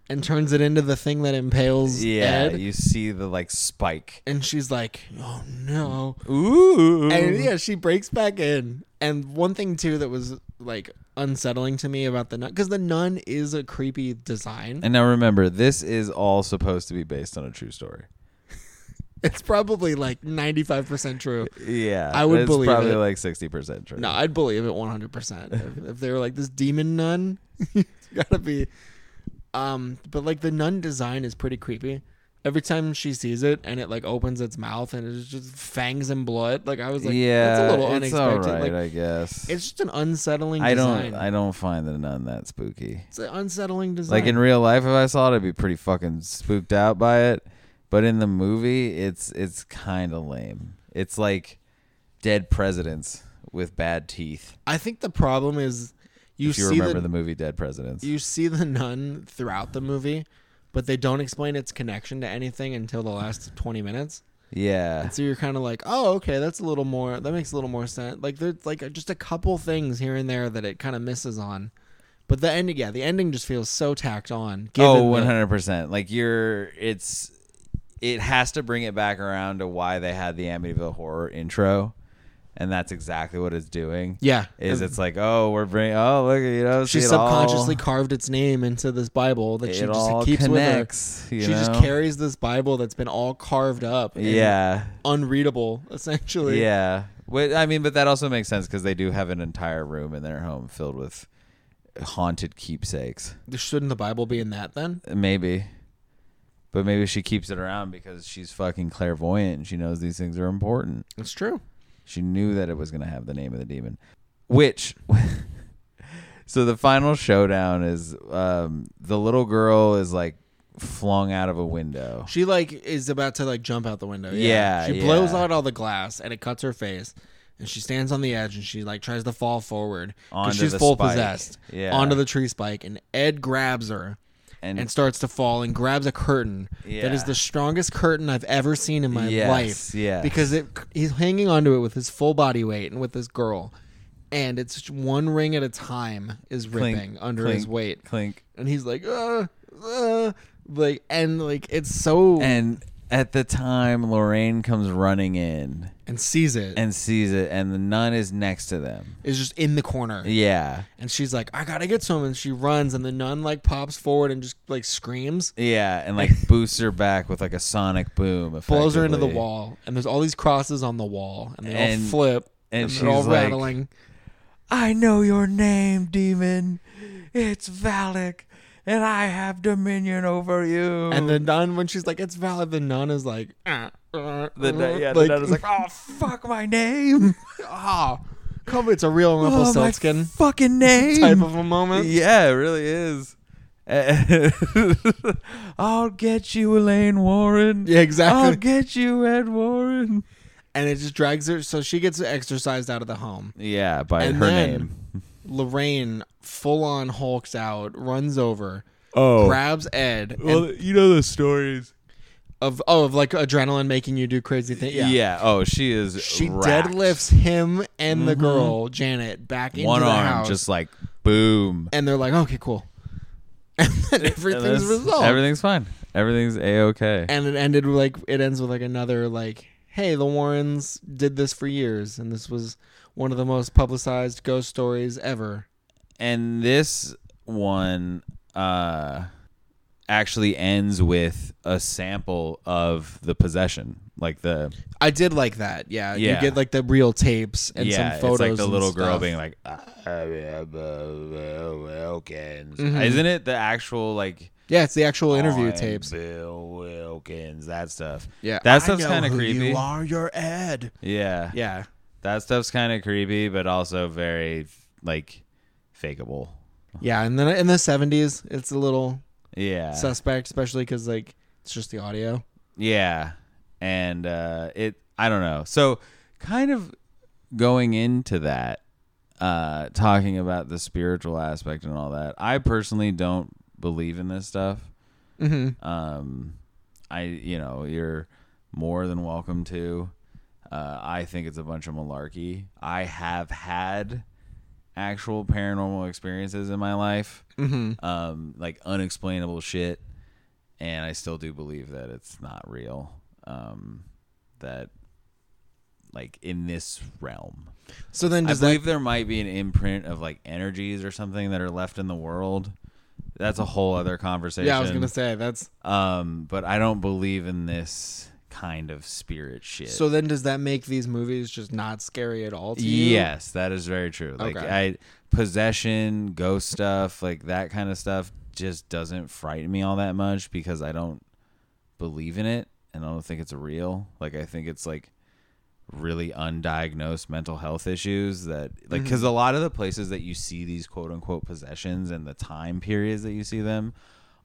and turns it into the thing that impales yeah. Ed. You see the like spike. And she's like, Oh no. Ooh. And yeah, she breaks back in. And one thing too that was like unsettling to me about the nun, because the nun is a creepy design. And now remember, this is all supposed to be based on a true story. It's probably like ninety five percent true. Yeah. I would it's believe probably it. like 60% true. No, I'd believe it one hundred percent. If they were like this demon nun, it's gotta be. Um, but like the nun design is pretty creepy. Every time she sees it and it like opens its mouth and it's just fangs and blood, like I was like, yeah. that's a little it's unexpected. all right, like I guess. it's just an unsettling. I don't design. I don't find the nun that spooky. It's an unsettling design. Like in real life, if I saw it, I'd be pretty fucking spooked out by it. But in the movie, it's it's kind of lame. It's like dead presidents with bad teeth. I think the problem is you, if you see remember the, the, movie Dead Presidents, you see the nun throughout the movie, but they don't explain its connection to anything until the last twenty minutes. Yeah. And so you're kind of like, oh, okay, that's a little more. That makes a little more sense. Like there's like just a couple things here and there that it kind of misses on, but the ending, yeah, the ending just feels so tacked on. given Oh, the- 100%. Like you're it's it has to bring it back around to why they had the Amityville horror intro. And that's exactly what it's doing. Yeah, Is it's like, "Oh, we're bringing oh, look, you know, she see, it subconsciously all, carved its name into this Bible that it she just all keeps connects, with you her. She just know? carries this Bible that's been all carved up, and Yeah. unreadable essentially. Yeah. But I mean, but that also makes sense cuz they do have an entire room in their home filled with haunted keepsakes. shouldn't the Bible be in that then? Maybe. But maybe she keeps it around because she's fucking clairvoyant. and She knows these things are important. It's true. She knew that it was going to have the name of the demon. Which, so the final showdown is um, the little girl is like flung out of a window. She like is about to like jump out the window. Yeah, Yeah. she blows yeah. out all the glass and it cuts her face. And she stands on the edge and she like tries to fall forward 'cause Onto she's the full spike. possessed Yeah. onto the tree spike and Ed grabs her And, and starts to fall and grabs a curtain that is Yeah. the strongest curtain I've ever seen in my Yes, life. yes. because it he's hanging onto it with his full body weight and with this girl, and it's just one ring at a time is clink, ripping under clink, his weight, Clink. and he's like, uh, uh, like and like it's so And at the time, Lorraine comes running in and sees it and and sees it, and the nun is next to them. is just in the corner Yeah. and she's like i gotta get to him and she runs and the nun like pops forward and just like screams Yeah. And like boosts her back with like a sonic boom. blows her into the effectively. wall and there's all these crosses on the wall and they all And- flip and they're all she's like- rattling I know your name, demon. It's Valak, and I have dominion over you. and the nun when she's like it's valid the nun is like uh, uh, the uh, nun, yeah, the nun is Uh-huh. like, "Oh, fuck my name, ah come it's a real oh, my rumpelstiltskin fucking name." type of a moment yeah, it really is. Eh, I'll get you, Elaine Warren. Yeah, exactly. I'll get you, Ed Warren. and it just drags her so she gets exercised out of the home Yeah, by And her then- name. lorraine full on hulks out runs over Oh, grabs ed and you know the stories. of oh of like adrenaline making you do crazy things. Yeah. Yeah. Oh, she is. She racked. Mm-hmm. deadlifts him and the girl Janet back into one the arm, house, just like boom. and they're like, "Okay, cool," and then And everything's that's- resolved. Everything's fine. Everything's a okay. and it ended with, like it ends with like another like, "Hey, the Warrens did this for years, and this was one of the most publicized ghost stories ever." And this one uh, actually ends with a sample of the possession, like the I did like that. Yeah, you Yeah. get like the real tapes and yeah, some photos. it's like the and little girl stuff. being like, "Ah, I am Bill Wilkins, isn't it? The actual like "Yeah, it's the actual Mm-hmm. interview "I'm tapes." Bill Wilkins, that stuff. Yeah, I that stuff's know kind of who you creepy. are your Ed? Yeah, Yeah, that stuff's kind of creepy, but also very like fakeable. Yeah, and then in the seventies, it's a little Yeah, suspect, especially because like it's just the audio. Yeah. And uh it I don't know. So kind of going into that uh talking about the spiritual aspect and all that. I personally don't believe in this stuff. Mm-hmm. Um I you know, you're more than welcome to. Uh I think it's a bunch of malarkey. I have had actual paranormal experiences in my life Mm-hmm. um, like unexplainable shit, and I still do believe that it's not real. Um, that like in this realm, So then, I does that believe there might be an imprint of like energies or something that are left in the world. That's a whole other conversation. yeah? I was gonna say that's um, but I don't believe in this kind of spirit shit. so. Then does that make these movies just not scary at all? To you? Yes, that is very true. Like Okay. I possession, ghost stuff, like that kind of stuff just doesn't frighten me all that much because I don't believe in it and I don't think it's real. Like I think it's like really undiagnosed mental health issues that like because a lot of the places that you see these quote unquote possessions and the time periods that you see them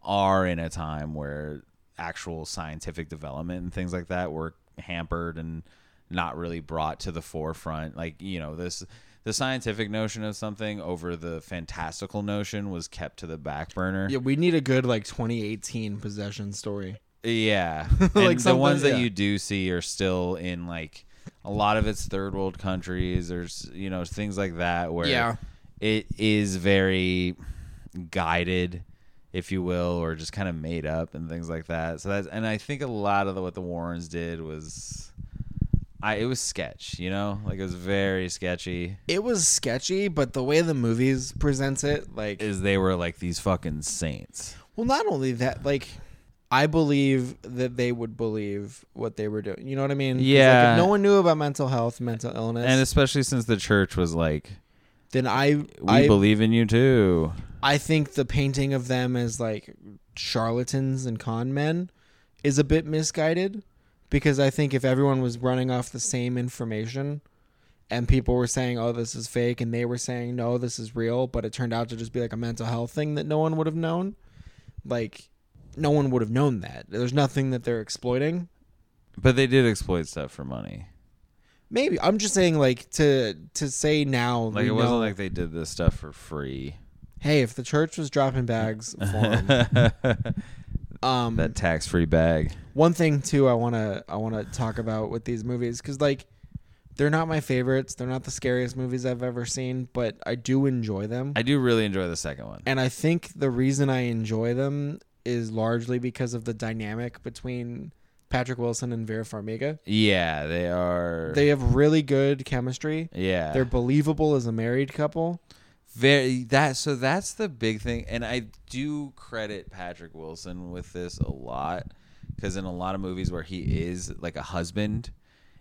are in a time where actual scientific development and things like that were hampered and not really brought to the forefront like you know this the scientific notion of something over the fantastical notion was kept to the back burner Yeah, we need a good like 2018 possession story. Yeah. Like like the something- ones yeah. that you do see are still in like a lot of it's third world countries or s- you know things like that where Yeah. it is very guided if you will or just kind of made up and things like that. So that's and I think a lot of the, what the Warrens did was I it was sketch, you know? Like it was very sketchy. It was sketchy, but the way the movies presents it, like Is they were like these fucking saints. Well, not only that, like I believe that they would believe what they were doing. You know what I mean? 'Cause, like, Yeah. if no one knew about mental health, mental illness, And especially since the church was like then I, we I, believe in you too. I think the painting of them as like charlatans and con men is a bit misguided because I think if everyone was running off the same information and people were saying, "Oh, this is fake," and they were saying, "No, this is real," but it turned out to just be like a mental health thing that no one would have known, like. No one would have known that. There's nothing that they're exploiting. But they did exploit stuff for money. Maybe I'm just saying, like to to say now, Like we it wasn't know, like they did this stuff for free. hey, if the church was dropping bags for 'em. that um, tax-free bag. one thing too, I wanna I wanna talk about with these movies because like they're not my favorites, they're not the scariest movies I've ever seen, but I do enjoy them, I do really enjoy the second one. and I think the reason I enjoy them is largely because of the dynamic between Patrick Wilson and Vera Farmiga. Yeah, they are. They have really good chemistry. yeah, They're believable as a married couple. very that. So that's the big thing, and I do credit Patrick Wilson with this a lot because in a lot of movies where he is like a husband,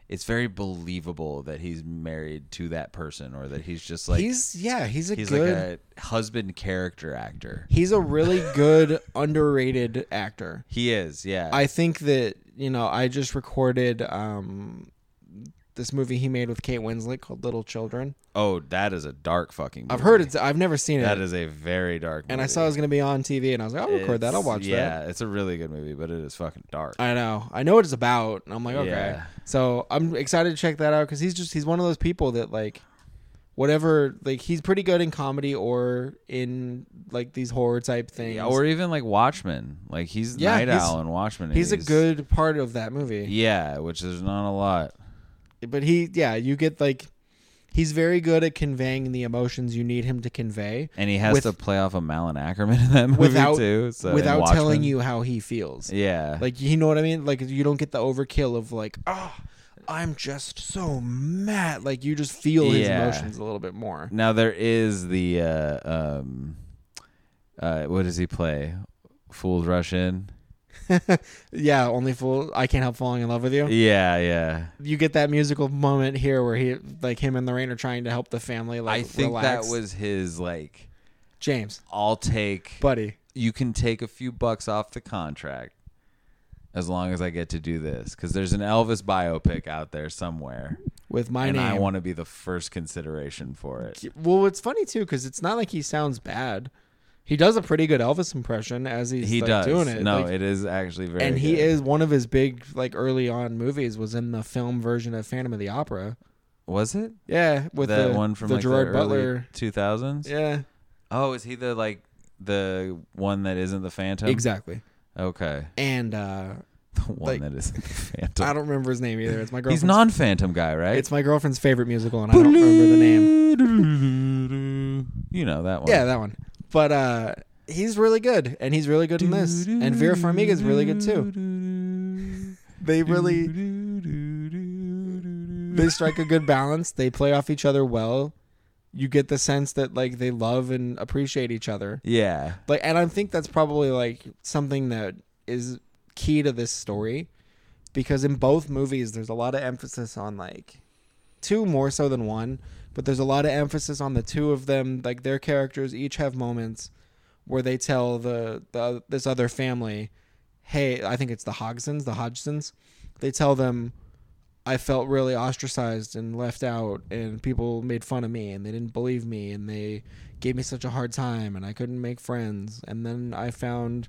it's very believable that he's married to that person or that he's just like he's, he's yeah, he's a good like a husband character actor. He's a really good underrated actor. He is, yeah. I think that you know I just recorded um, this movie he made with Kate Winslet called Little Children. Oh, that is a dark fucking. Movie. I've heard it's I've never seen it, That is a very dark. and I movie. saw it was gonna be on TV, and I was like, I'll record that. I'll It's- watch that. yeah, it's a really good movie, but it is fucking dark. I know. I know what it's about. And I'm like, okay. Yeah. So I'm excited to check that out because he's just he's one of those people that like whatever like he's pretty good in comedy or in like these horror type things. Yeah, or even like Watchmen. Like he's Yeah, Night he's- Owl in Watchmen. and he's a good part of that movie. Yeah, which is not a lot. but he yeah you get like he's very good at conveying the emotions you need him to convey And he has With- to play off of Malin Ackerman in that movie without too. So in without telling Watchmen. you how he feels Yeah. like you know what i mean like you don't get the overkill of like oh i'm just so mad like you just feel his Yeah. emotions a little bit more now there is the uh, um, uh, what does he play? Fools Rush In. yeah only fool i can't help falling in love with you Yeah, yeah. you get that musical moment here where he like him and Lorraine are trying to help the family like I think relax. that was his like. james I'll take. buddy you can take a few bucks off the contract as long as I get to do this because there's an Elvis biopic out there somewhere, with my and name I want to be the first consideration for it. Well, it's funny too because it's not like he sounds bad. He does a pretty good Elvis impression as he's He like, does. doing it. No, like- it is actually very. and he good. is one of his big like early on movies was in the film version of Phantom of the Opera. Was it Yeah, with that the one from the like Gerard the Butler. two thousands? Yeah, Oh, is he the like the one that isn't the Phantom? exactly. Okay, And uh, the one Like- that isn't the I Phantom. don't remember his name either. It's my girlfriend's. He's non-Phantom guy, right? It's my girlfriend's favorite musical, and I don't remember the name. You know that one. Yeah, that one. But uh, he's really good, and he's really good in this. And Vera Farmiga is really good too. too. They really they strike a good balance. They play off each other well. You get the sense that like they love and appreciate each other. yeah Like, and I think that's probably like something that is key to this story, because in both movies there's a lot of emphasis on like two more so than one, but there's a lot of emphasis on the two of them. Like their characters each have moments where they tell the, the this other family, "Hey, I think it's the Hogsons, the Hodgsons." They tell them, "I felt really ostracized and left out, and people made fun of me, and they didn't believe me, and they gave me such a hard time, and I couldn't make friends, and then I found."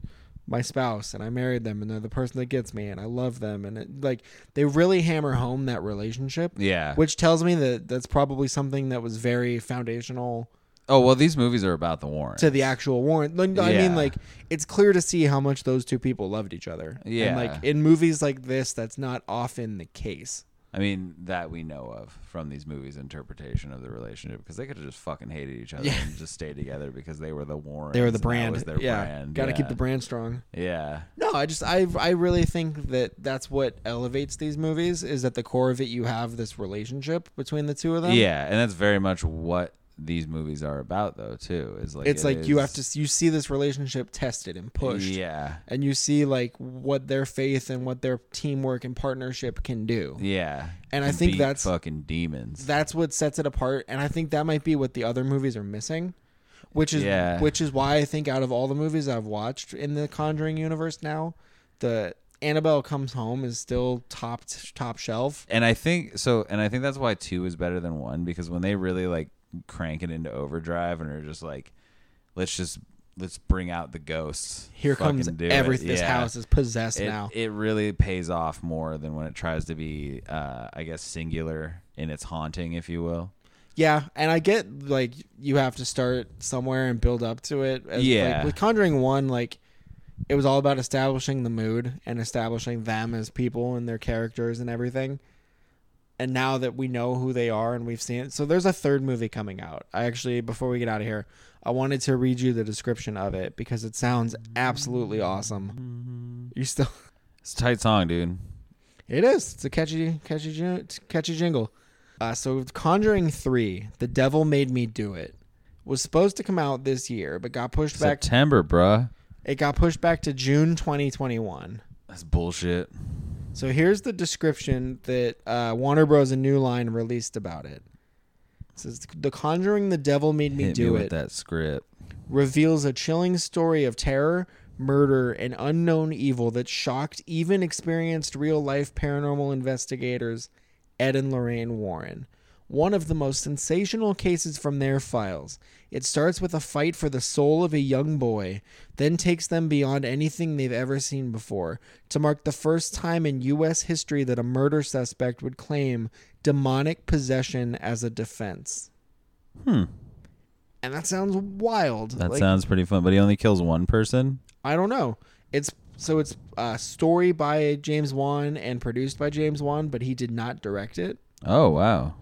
my spouse and I married them and they're the person that gets me and I love them and it, like they really hammer home that relationship yeah which tells me that that's probably something that was very foundational Oh well, these movies are about the Warren. to the actual Warren. Like, I Yeah. mean, like it's clear to see how much those two people loved each other. Yeah. and like in movies like this, that's not often the case. I mean, that we know of from these movies' interpretation of the relationship because they could have just fucking hated each other Yeah. and just stayed together because they were the Warren. They were the brand. Was their yeah, brand. gotta yeah. keep the brand strong. Yeah. No, I just I I really think that that's what elevates these movies is at the core of it you have this relationship between the two of them. yeah, and that's very much what these movies are about, though. Too is like it's it like you have is- to s- you see this relationship tested and pushed. Yeah, And you see like what their faith and what their teamwork and partnership can do. yeah, And I think beat that's- fucking demons. that's what sets it apart and i think that might be what the other movies are missing which is Yeah. which is why i think out of all the movies i've watched in the conjuring universe now the annabelle comes home is still top top shelf and I think so, and I think that's why two is better than one because when they really like crank it into overdrive and are just like, let's just let's bring out the ghosts. here comes Fucking do it. everything this Yeah. house is possessed it, now It really pays off more than when it tries to be, uh, I guess, singular in its haunting, if you will. yeah and i get like you have to start somewhere and build up to it as, Yeah. like, with conjuring one like it was all about establishing the mood and establishing them as people and their characters and everything and now that we know who they are and we've seen it so there's a third movie coming out i actually before we get out of here i wanted to read you the description of it because it sounds absolutely awesome you still It's a tight song, dude. it is. It's a catchy, catchy, jin- catchy jingle. Uh, so, Conjuring Three: The Devil Made Me Do It was supposed to come out this year, but got pushed back. September, bruh. It got pushed back to June 2021. That's bullshit. So here's the description that uh, Warner Bros. and New Line released about it. It says The Conjuring: The Devil Made Me Hit Do me It with that script. reveals a chilling story of terror, murder, and unknown evil that shocked even experienced real life paranormal investigators Ed and Lorraine Warren. One of the most sensational cases from their files. It starts with a fight for the soul of a young boy, then takes them beyond anything they've ever seen before, to mark the first time in U.S. history that a murder suspect would claim demonic possession as a defense. Hmm. And that sounds wild. That Like, sounds pretty fun, but he only kills one person. I don't know. It's so it's a story by James Wan and produced by James Wan, but he did not direct it. Oh wow.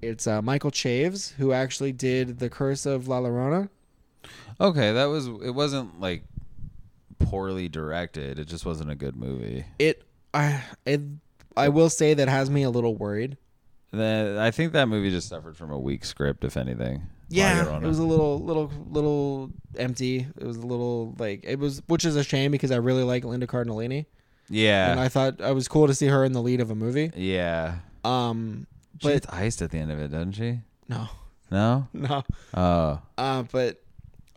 It's uh, Michael Chaves who actually did The Curse of La Llorona. Okay, that was. It wasn't like poorly directed. It just wasn't a good movie. It I it I will say that has me a little worried. The, I think that movie just suffered from a weak script, if anything. La Yeah, Llorona. it was a little little little empty. It was a little like it was, which is a shame because I really like Linda Cardellini, yeah. and I thought it was cool to see her in the lead of a movie. yeah. Um, She but gets iced at the end of it, doesn't she? no, No. no, Oh. Uh, but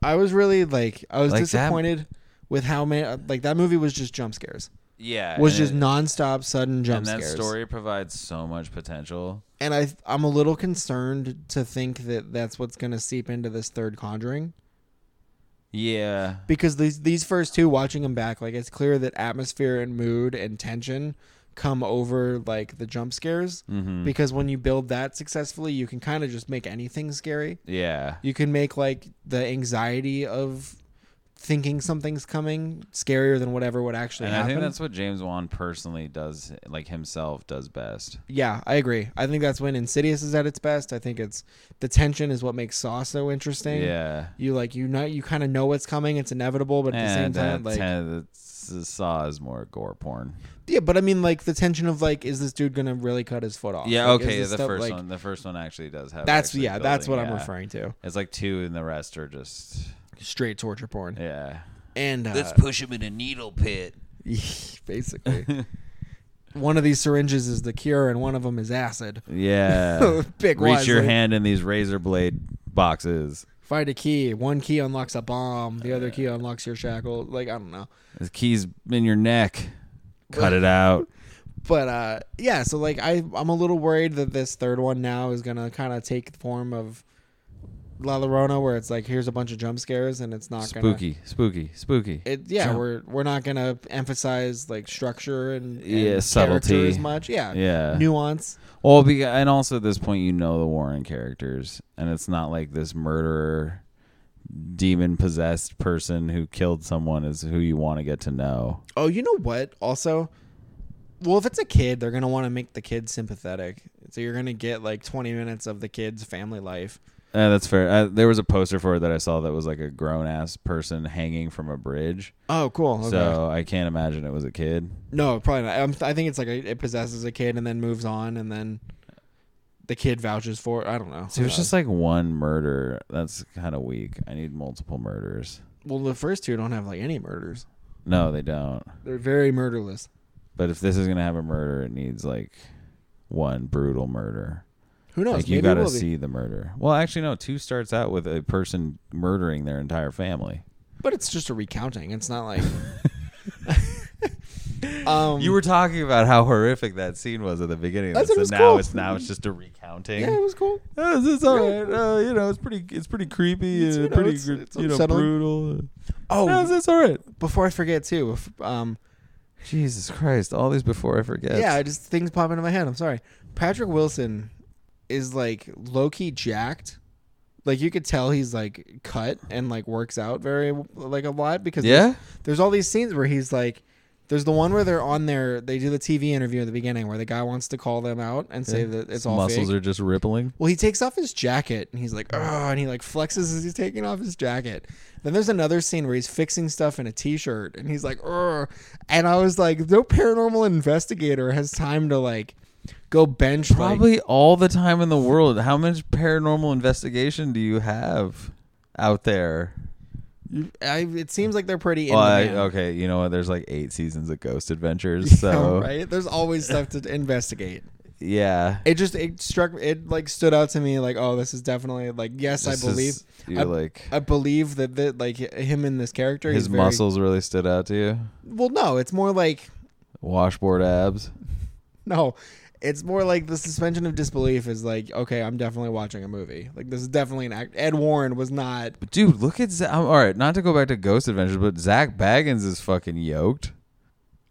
I was really like I was Like that- disappointed with how many like that movie was just jump scares. Yeah. Was and just it- nonstop sudden jump Uh, and that scares. story provides so much potential. And I I'm a little concerned to think that that's what's going to seep into this third Conjuring Yeah. because these these first two watching them back like it's clear that atmosphere and mood and tension come over like the jump scares Mm-hmm. because when you build that successfully you can kind of just make anything scary. yeah. You can make like the anxiety of thinking something's coming scarier than whatever would actually And I happen. think that's what James Wan personally does, like himself does best. yeah, I agree. I think that's when Insidious is at its best. I think it's the tension is what makes Saw so interesting. Yeah. You like you know you kind of know what's coming. It's inevitable, but at the same And time, that like Eh, ten- the Saw is more gore porn. yeah. But I mean, like the tension of like, is this dude gonna really cut his foot off? Yeah, Like, is okay. this The stuff, first like- one, the first one actually does have. That's actually yeah. That's what building, I'm yeah. referring to. It's like two, and the rest are just Straight torture porn. yeah. And uh, push him in a needle pit. basically, one of these syringes is the cure, and one of them is acid. Yeah. Pick Reach your wisely. hand in these razor blade boxes. Find a key. One key unlocks a bomb. The other key unlocks your shackle. Like I don't know. The keys in your neck. Cut it out. But uh, yeah. So like I, I'm a little worried that this third one now is gonna kind of take the form of La Llorona where it's like here's a bunch of jump scares and it's not gonna spooky, spooky, spooky. it yeah Jump. we're we're not gonna emphasize like structure and, and Yeah, character subtlety. as much yeah, yeah. nuance Well, be, and also at this point, you know the Warren characters, and it's not like this murderer, demon possessed person who killed someone is who you want to get to know. oh you know what also well if it's a kid they're gonna want to make the kid sympathetic so you're gonna get like 20 minutes of the kid's family life Uh, that's fair. Uh, there was a poster for it that I saw that was like a grown ass person hanging from a bridge, oh cool okay. so I can't imagine it was a kid. No, probably not. I'm, I think it's like a, it possesses a kid and then moves on, and then the kid vouches for it. I don't know. So it was just like one murder. That's kind of weak. I need multiple murders. well, the first two don't have like any murders. No, they don't. They're very murderless. But if this is gonna have a murder, it needs like one brutal murder. Who knows? like Maybe you got it to will be. see the murder. Well, actually, no. Two starts out with a person murdering their entire family. But it's just a recounting. It's not like. um, You were talking about how horrific that scene was at the beginning. Of I this, thought it and was now cool. it's now it's just a recounting. Yeah, it was cool. Oh, this is all Yeah. right. Uh, you know, it's pretty. It's pretty creepy. It's, uh, you know, pretty. it's- gr- it's you know, unsettling. brutal. Oh, no, it's all right. before I forget too. If, um, Jesus Christ! All these before I forget. yeah, I just things pop into my head. I'm sorry. Patrick Wilson is like low key jacked. Like you could tell he's like cut and like works out very like a lot because there's- Yeah. there's, all these scenes where he's like there's the one where they're on their they do the TV interview at the beginning where the guy wants to call them out and say that it's all muscles fake. are just rippling. Well, he takes off his jacket and he's like, oh, and he like flexes as he's taking off his jacket. Then there's another scene where he's fixing stuff in a t-shirt and he's like, oh, and I was like, no paranormal investigator has time to like go bench like- Probably all the time in the world. How much paranormal investigation do you have out there? I, it seems like they're pretty. In Well, I, the man. okay, you know what? There's like eight seasons of Ghost Adventures, so right, there's always stuff to investigate. yeah. It just it struck it like stood out to me like, oh, this is definitely like yes, This I believe. is- you I- like I believe that, that like him in this character, his he's very- muscles really stood out to you. Well, no, it's more like Washboard abs. No, it's more like the suspension of disbelief is like, okay, I'm definitely watching a movie. Like this is definitely an act. Ed Warren was not. But dude, look at Zach. All right, not to go back to Ghost Adventures, but Zach Baggins is fucking yoked.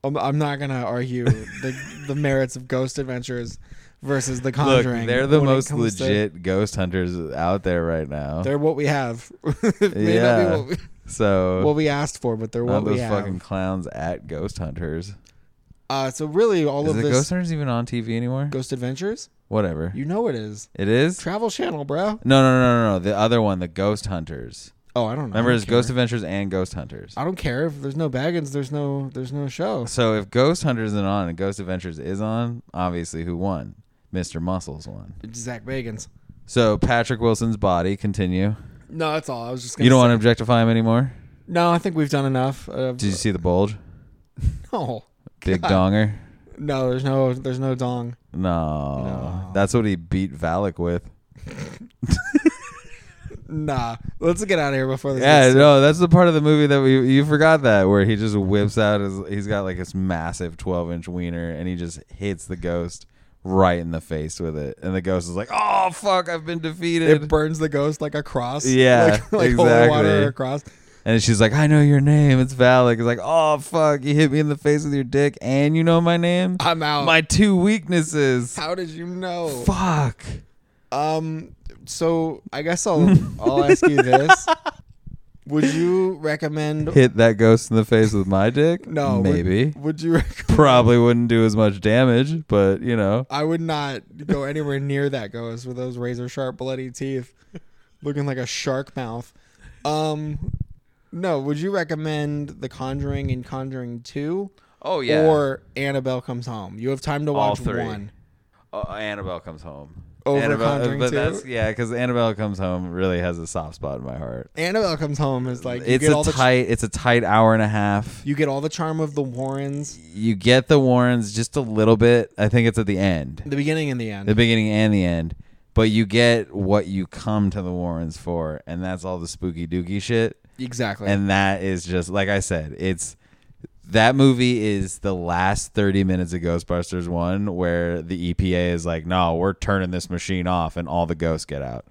I'm, I'm not gonna argue the the merits of Ghost Adventures versus The Look, Conjuring. they're the when it most comes to- legit ghost hunters out there right now. they're what we have. It may not be Yeah. what we, so what we asked for, but they're all what we those have. fucking clowns at Ghost Hunters. uh, so really, all Is of the this Ghost Ghost, Hunters even on TV anymore? Adventures, Whatever. you know it is It is. Travel Channel, bro. No, no, no, no, no. The other one, the Ghost Hunters. Oh, I don't know. Remember, I it's don't care. Ghost Adventures and Ghost Hunters. I don't care if there's no Baggins. There's no. There's no show. So if Ghost Hunters isn't on and Ghost Adventures is on, obviously who won? Mr. Muscles won. It's Zach Bagans. So Patrick Wilson's body. Continue. No, that's all. I was just. Gonna You don't say. want to objectify him anymore. No, I think we've done enough. Uh, Did you see the bulge? no, Big God. donger. no, there's no, there's no dong. No. No. that's what he beat Valak with. Nah, let's get out of here before this. Yeah, gets- no, that's the part of the movie that we you forgot that where he just whips out his he's got like this massive twelve inch wiener and he just hits the ghost right in the face with it and the ghost is like, oh fuck, I've been defeated. it burns the ghost like a cross. Yeah, like, like holy exactly. water across. And she's like, I know your name. It's Valak. It's like, oh, fuck. You hit me in the face with your dick and you know my name? I'm out. My two weaknesses. How did you know? Fuck. Um, so I guess I'll, I'll ask you this: Would you recommend? Hit that ghost in the face with my dick? no, would- Maybe. Would, you? Rec- Probably wouldn't do as much damage, but you know. I would not go anywhere near that ghost with those razor sharp bloody teeth, looking like a shark mouth. Um, no, would you recommend The Conjuring and Conjuring Two? Oh, Or Annabelle comes home. You have time to All watch three. one. Oh, Annabelle comes home. Over Annabelle, uh, Conjuring but two? that's yeah, because Annabelle comes home really has a soft spot in my heart. Annabelle comes home is like you it's get all a the tight, it's a tight hour and a half. you get all the charm of the Warrens, You get the Warrens just a little bit. I think it's at the end. the beginning and the end. the beginning and the end. But you get what you come to the Warrens for, and that's all the spooky dooky shit. exactly. And that is just like I said, it's that movie is the last 30 minutes of Ghostbusters 1 E where the EPA is like, "No, we're turning this machine off and all the ghosts get out."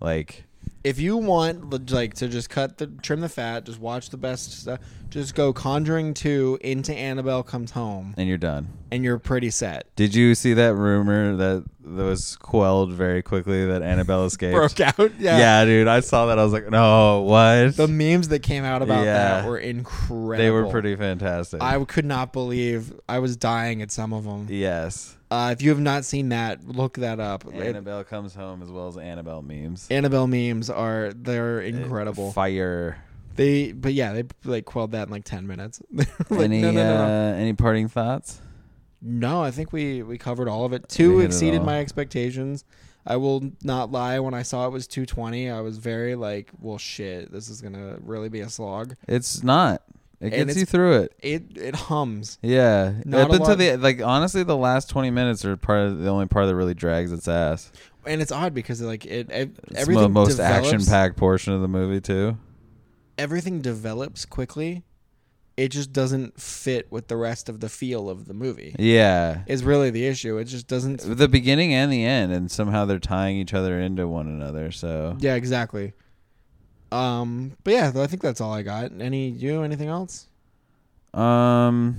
Like if you want like to just cut the trim the fat, just watch the best stuff, just go Conjuring Two into Annabelle Comes Home, and you're done. and you're pretty set. Did you see that rumor that, that was quelled very quickly that Annabelle escaped? Broke out, yeah. yeah. dude, I saw that. I was like, no, what? The memes that came out about that Yeah. were incredible. they were pretty fantastic. I could not believe I was dying at some of them. yes, Uh, if you have not seen that, look that up. It- Annabelle comes home as well as Annabelle memes. Annabelle memes are they're incredible. Fire. They but yeah, they like quelled that in like ten minutes. Like, any no, no, no, no. Uh, any parting thoughts? No, I think we we covered all of it. Two hit it exceeded all. my expectations. I will not lie. When I saw it was two twenty, I was very like, "Well, shit, this is gonna really be a slog." It's not. It gets it's- you through it. It it hums. Yeah. Not Up a until lot- the like honestly the last 20 minutes are part of the only part that really drags its ass. and it's odd because like it, ev- It's everything the most develops, action packed portion of the movie too. Everything develops quickly. It just doesn't fit with the rest of the feel of the movie. Yeah. Is really the issue. It just doesn't. The beginning and the end and somehow they're tying each other into one another. So Yeah, exactly. Um, but yeah, I think that's all I got. Any you anything else? um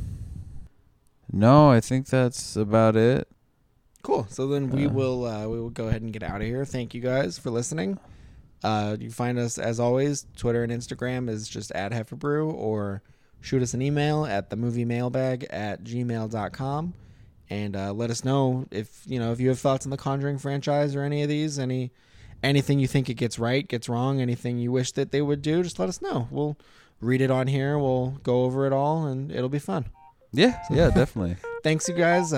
No, I think that's about it. Cool. So then we Uh. will uh, we will go ahead and get out of here. Thank you guys for listening. Uh, you find us as always. Twitter and Instagram is just at Heiferbrew or shoot us an email at the movie mailbag at gmail.com and uh, let us know if you know if you have thoughts on the Conjuring franchise or any of these any anything you think it gets right gets wrong anything you wish that they would do just let us know we'll read it on here we'll go over it all and it'll be fun Yeah, yeah, definitely. thanks you guys uh,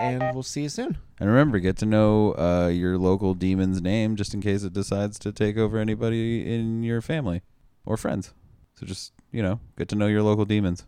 and we'll see you soon And remember, get to know uh, your local demon's name just in case it decides to take over anybody in your family or friends. So just, you know, get to know your local demons.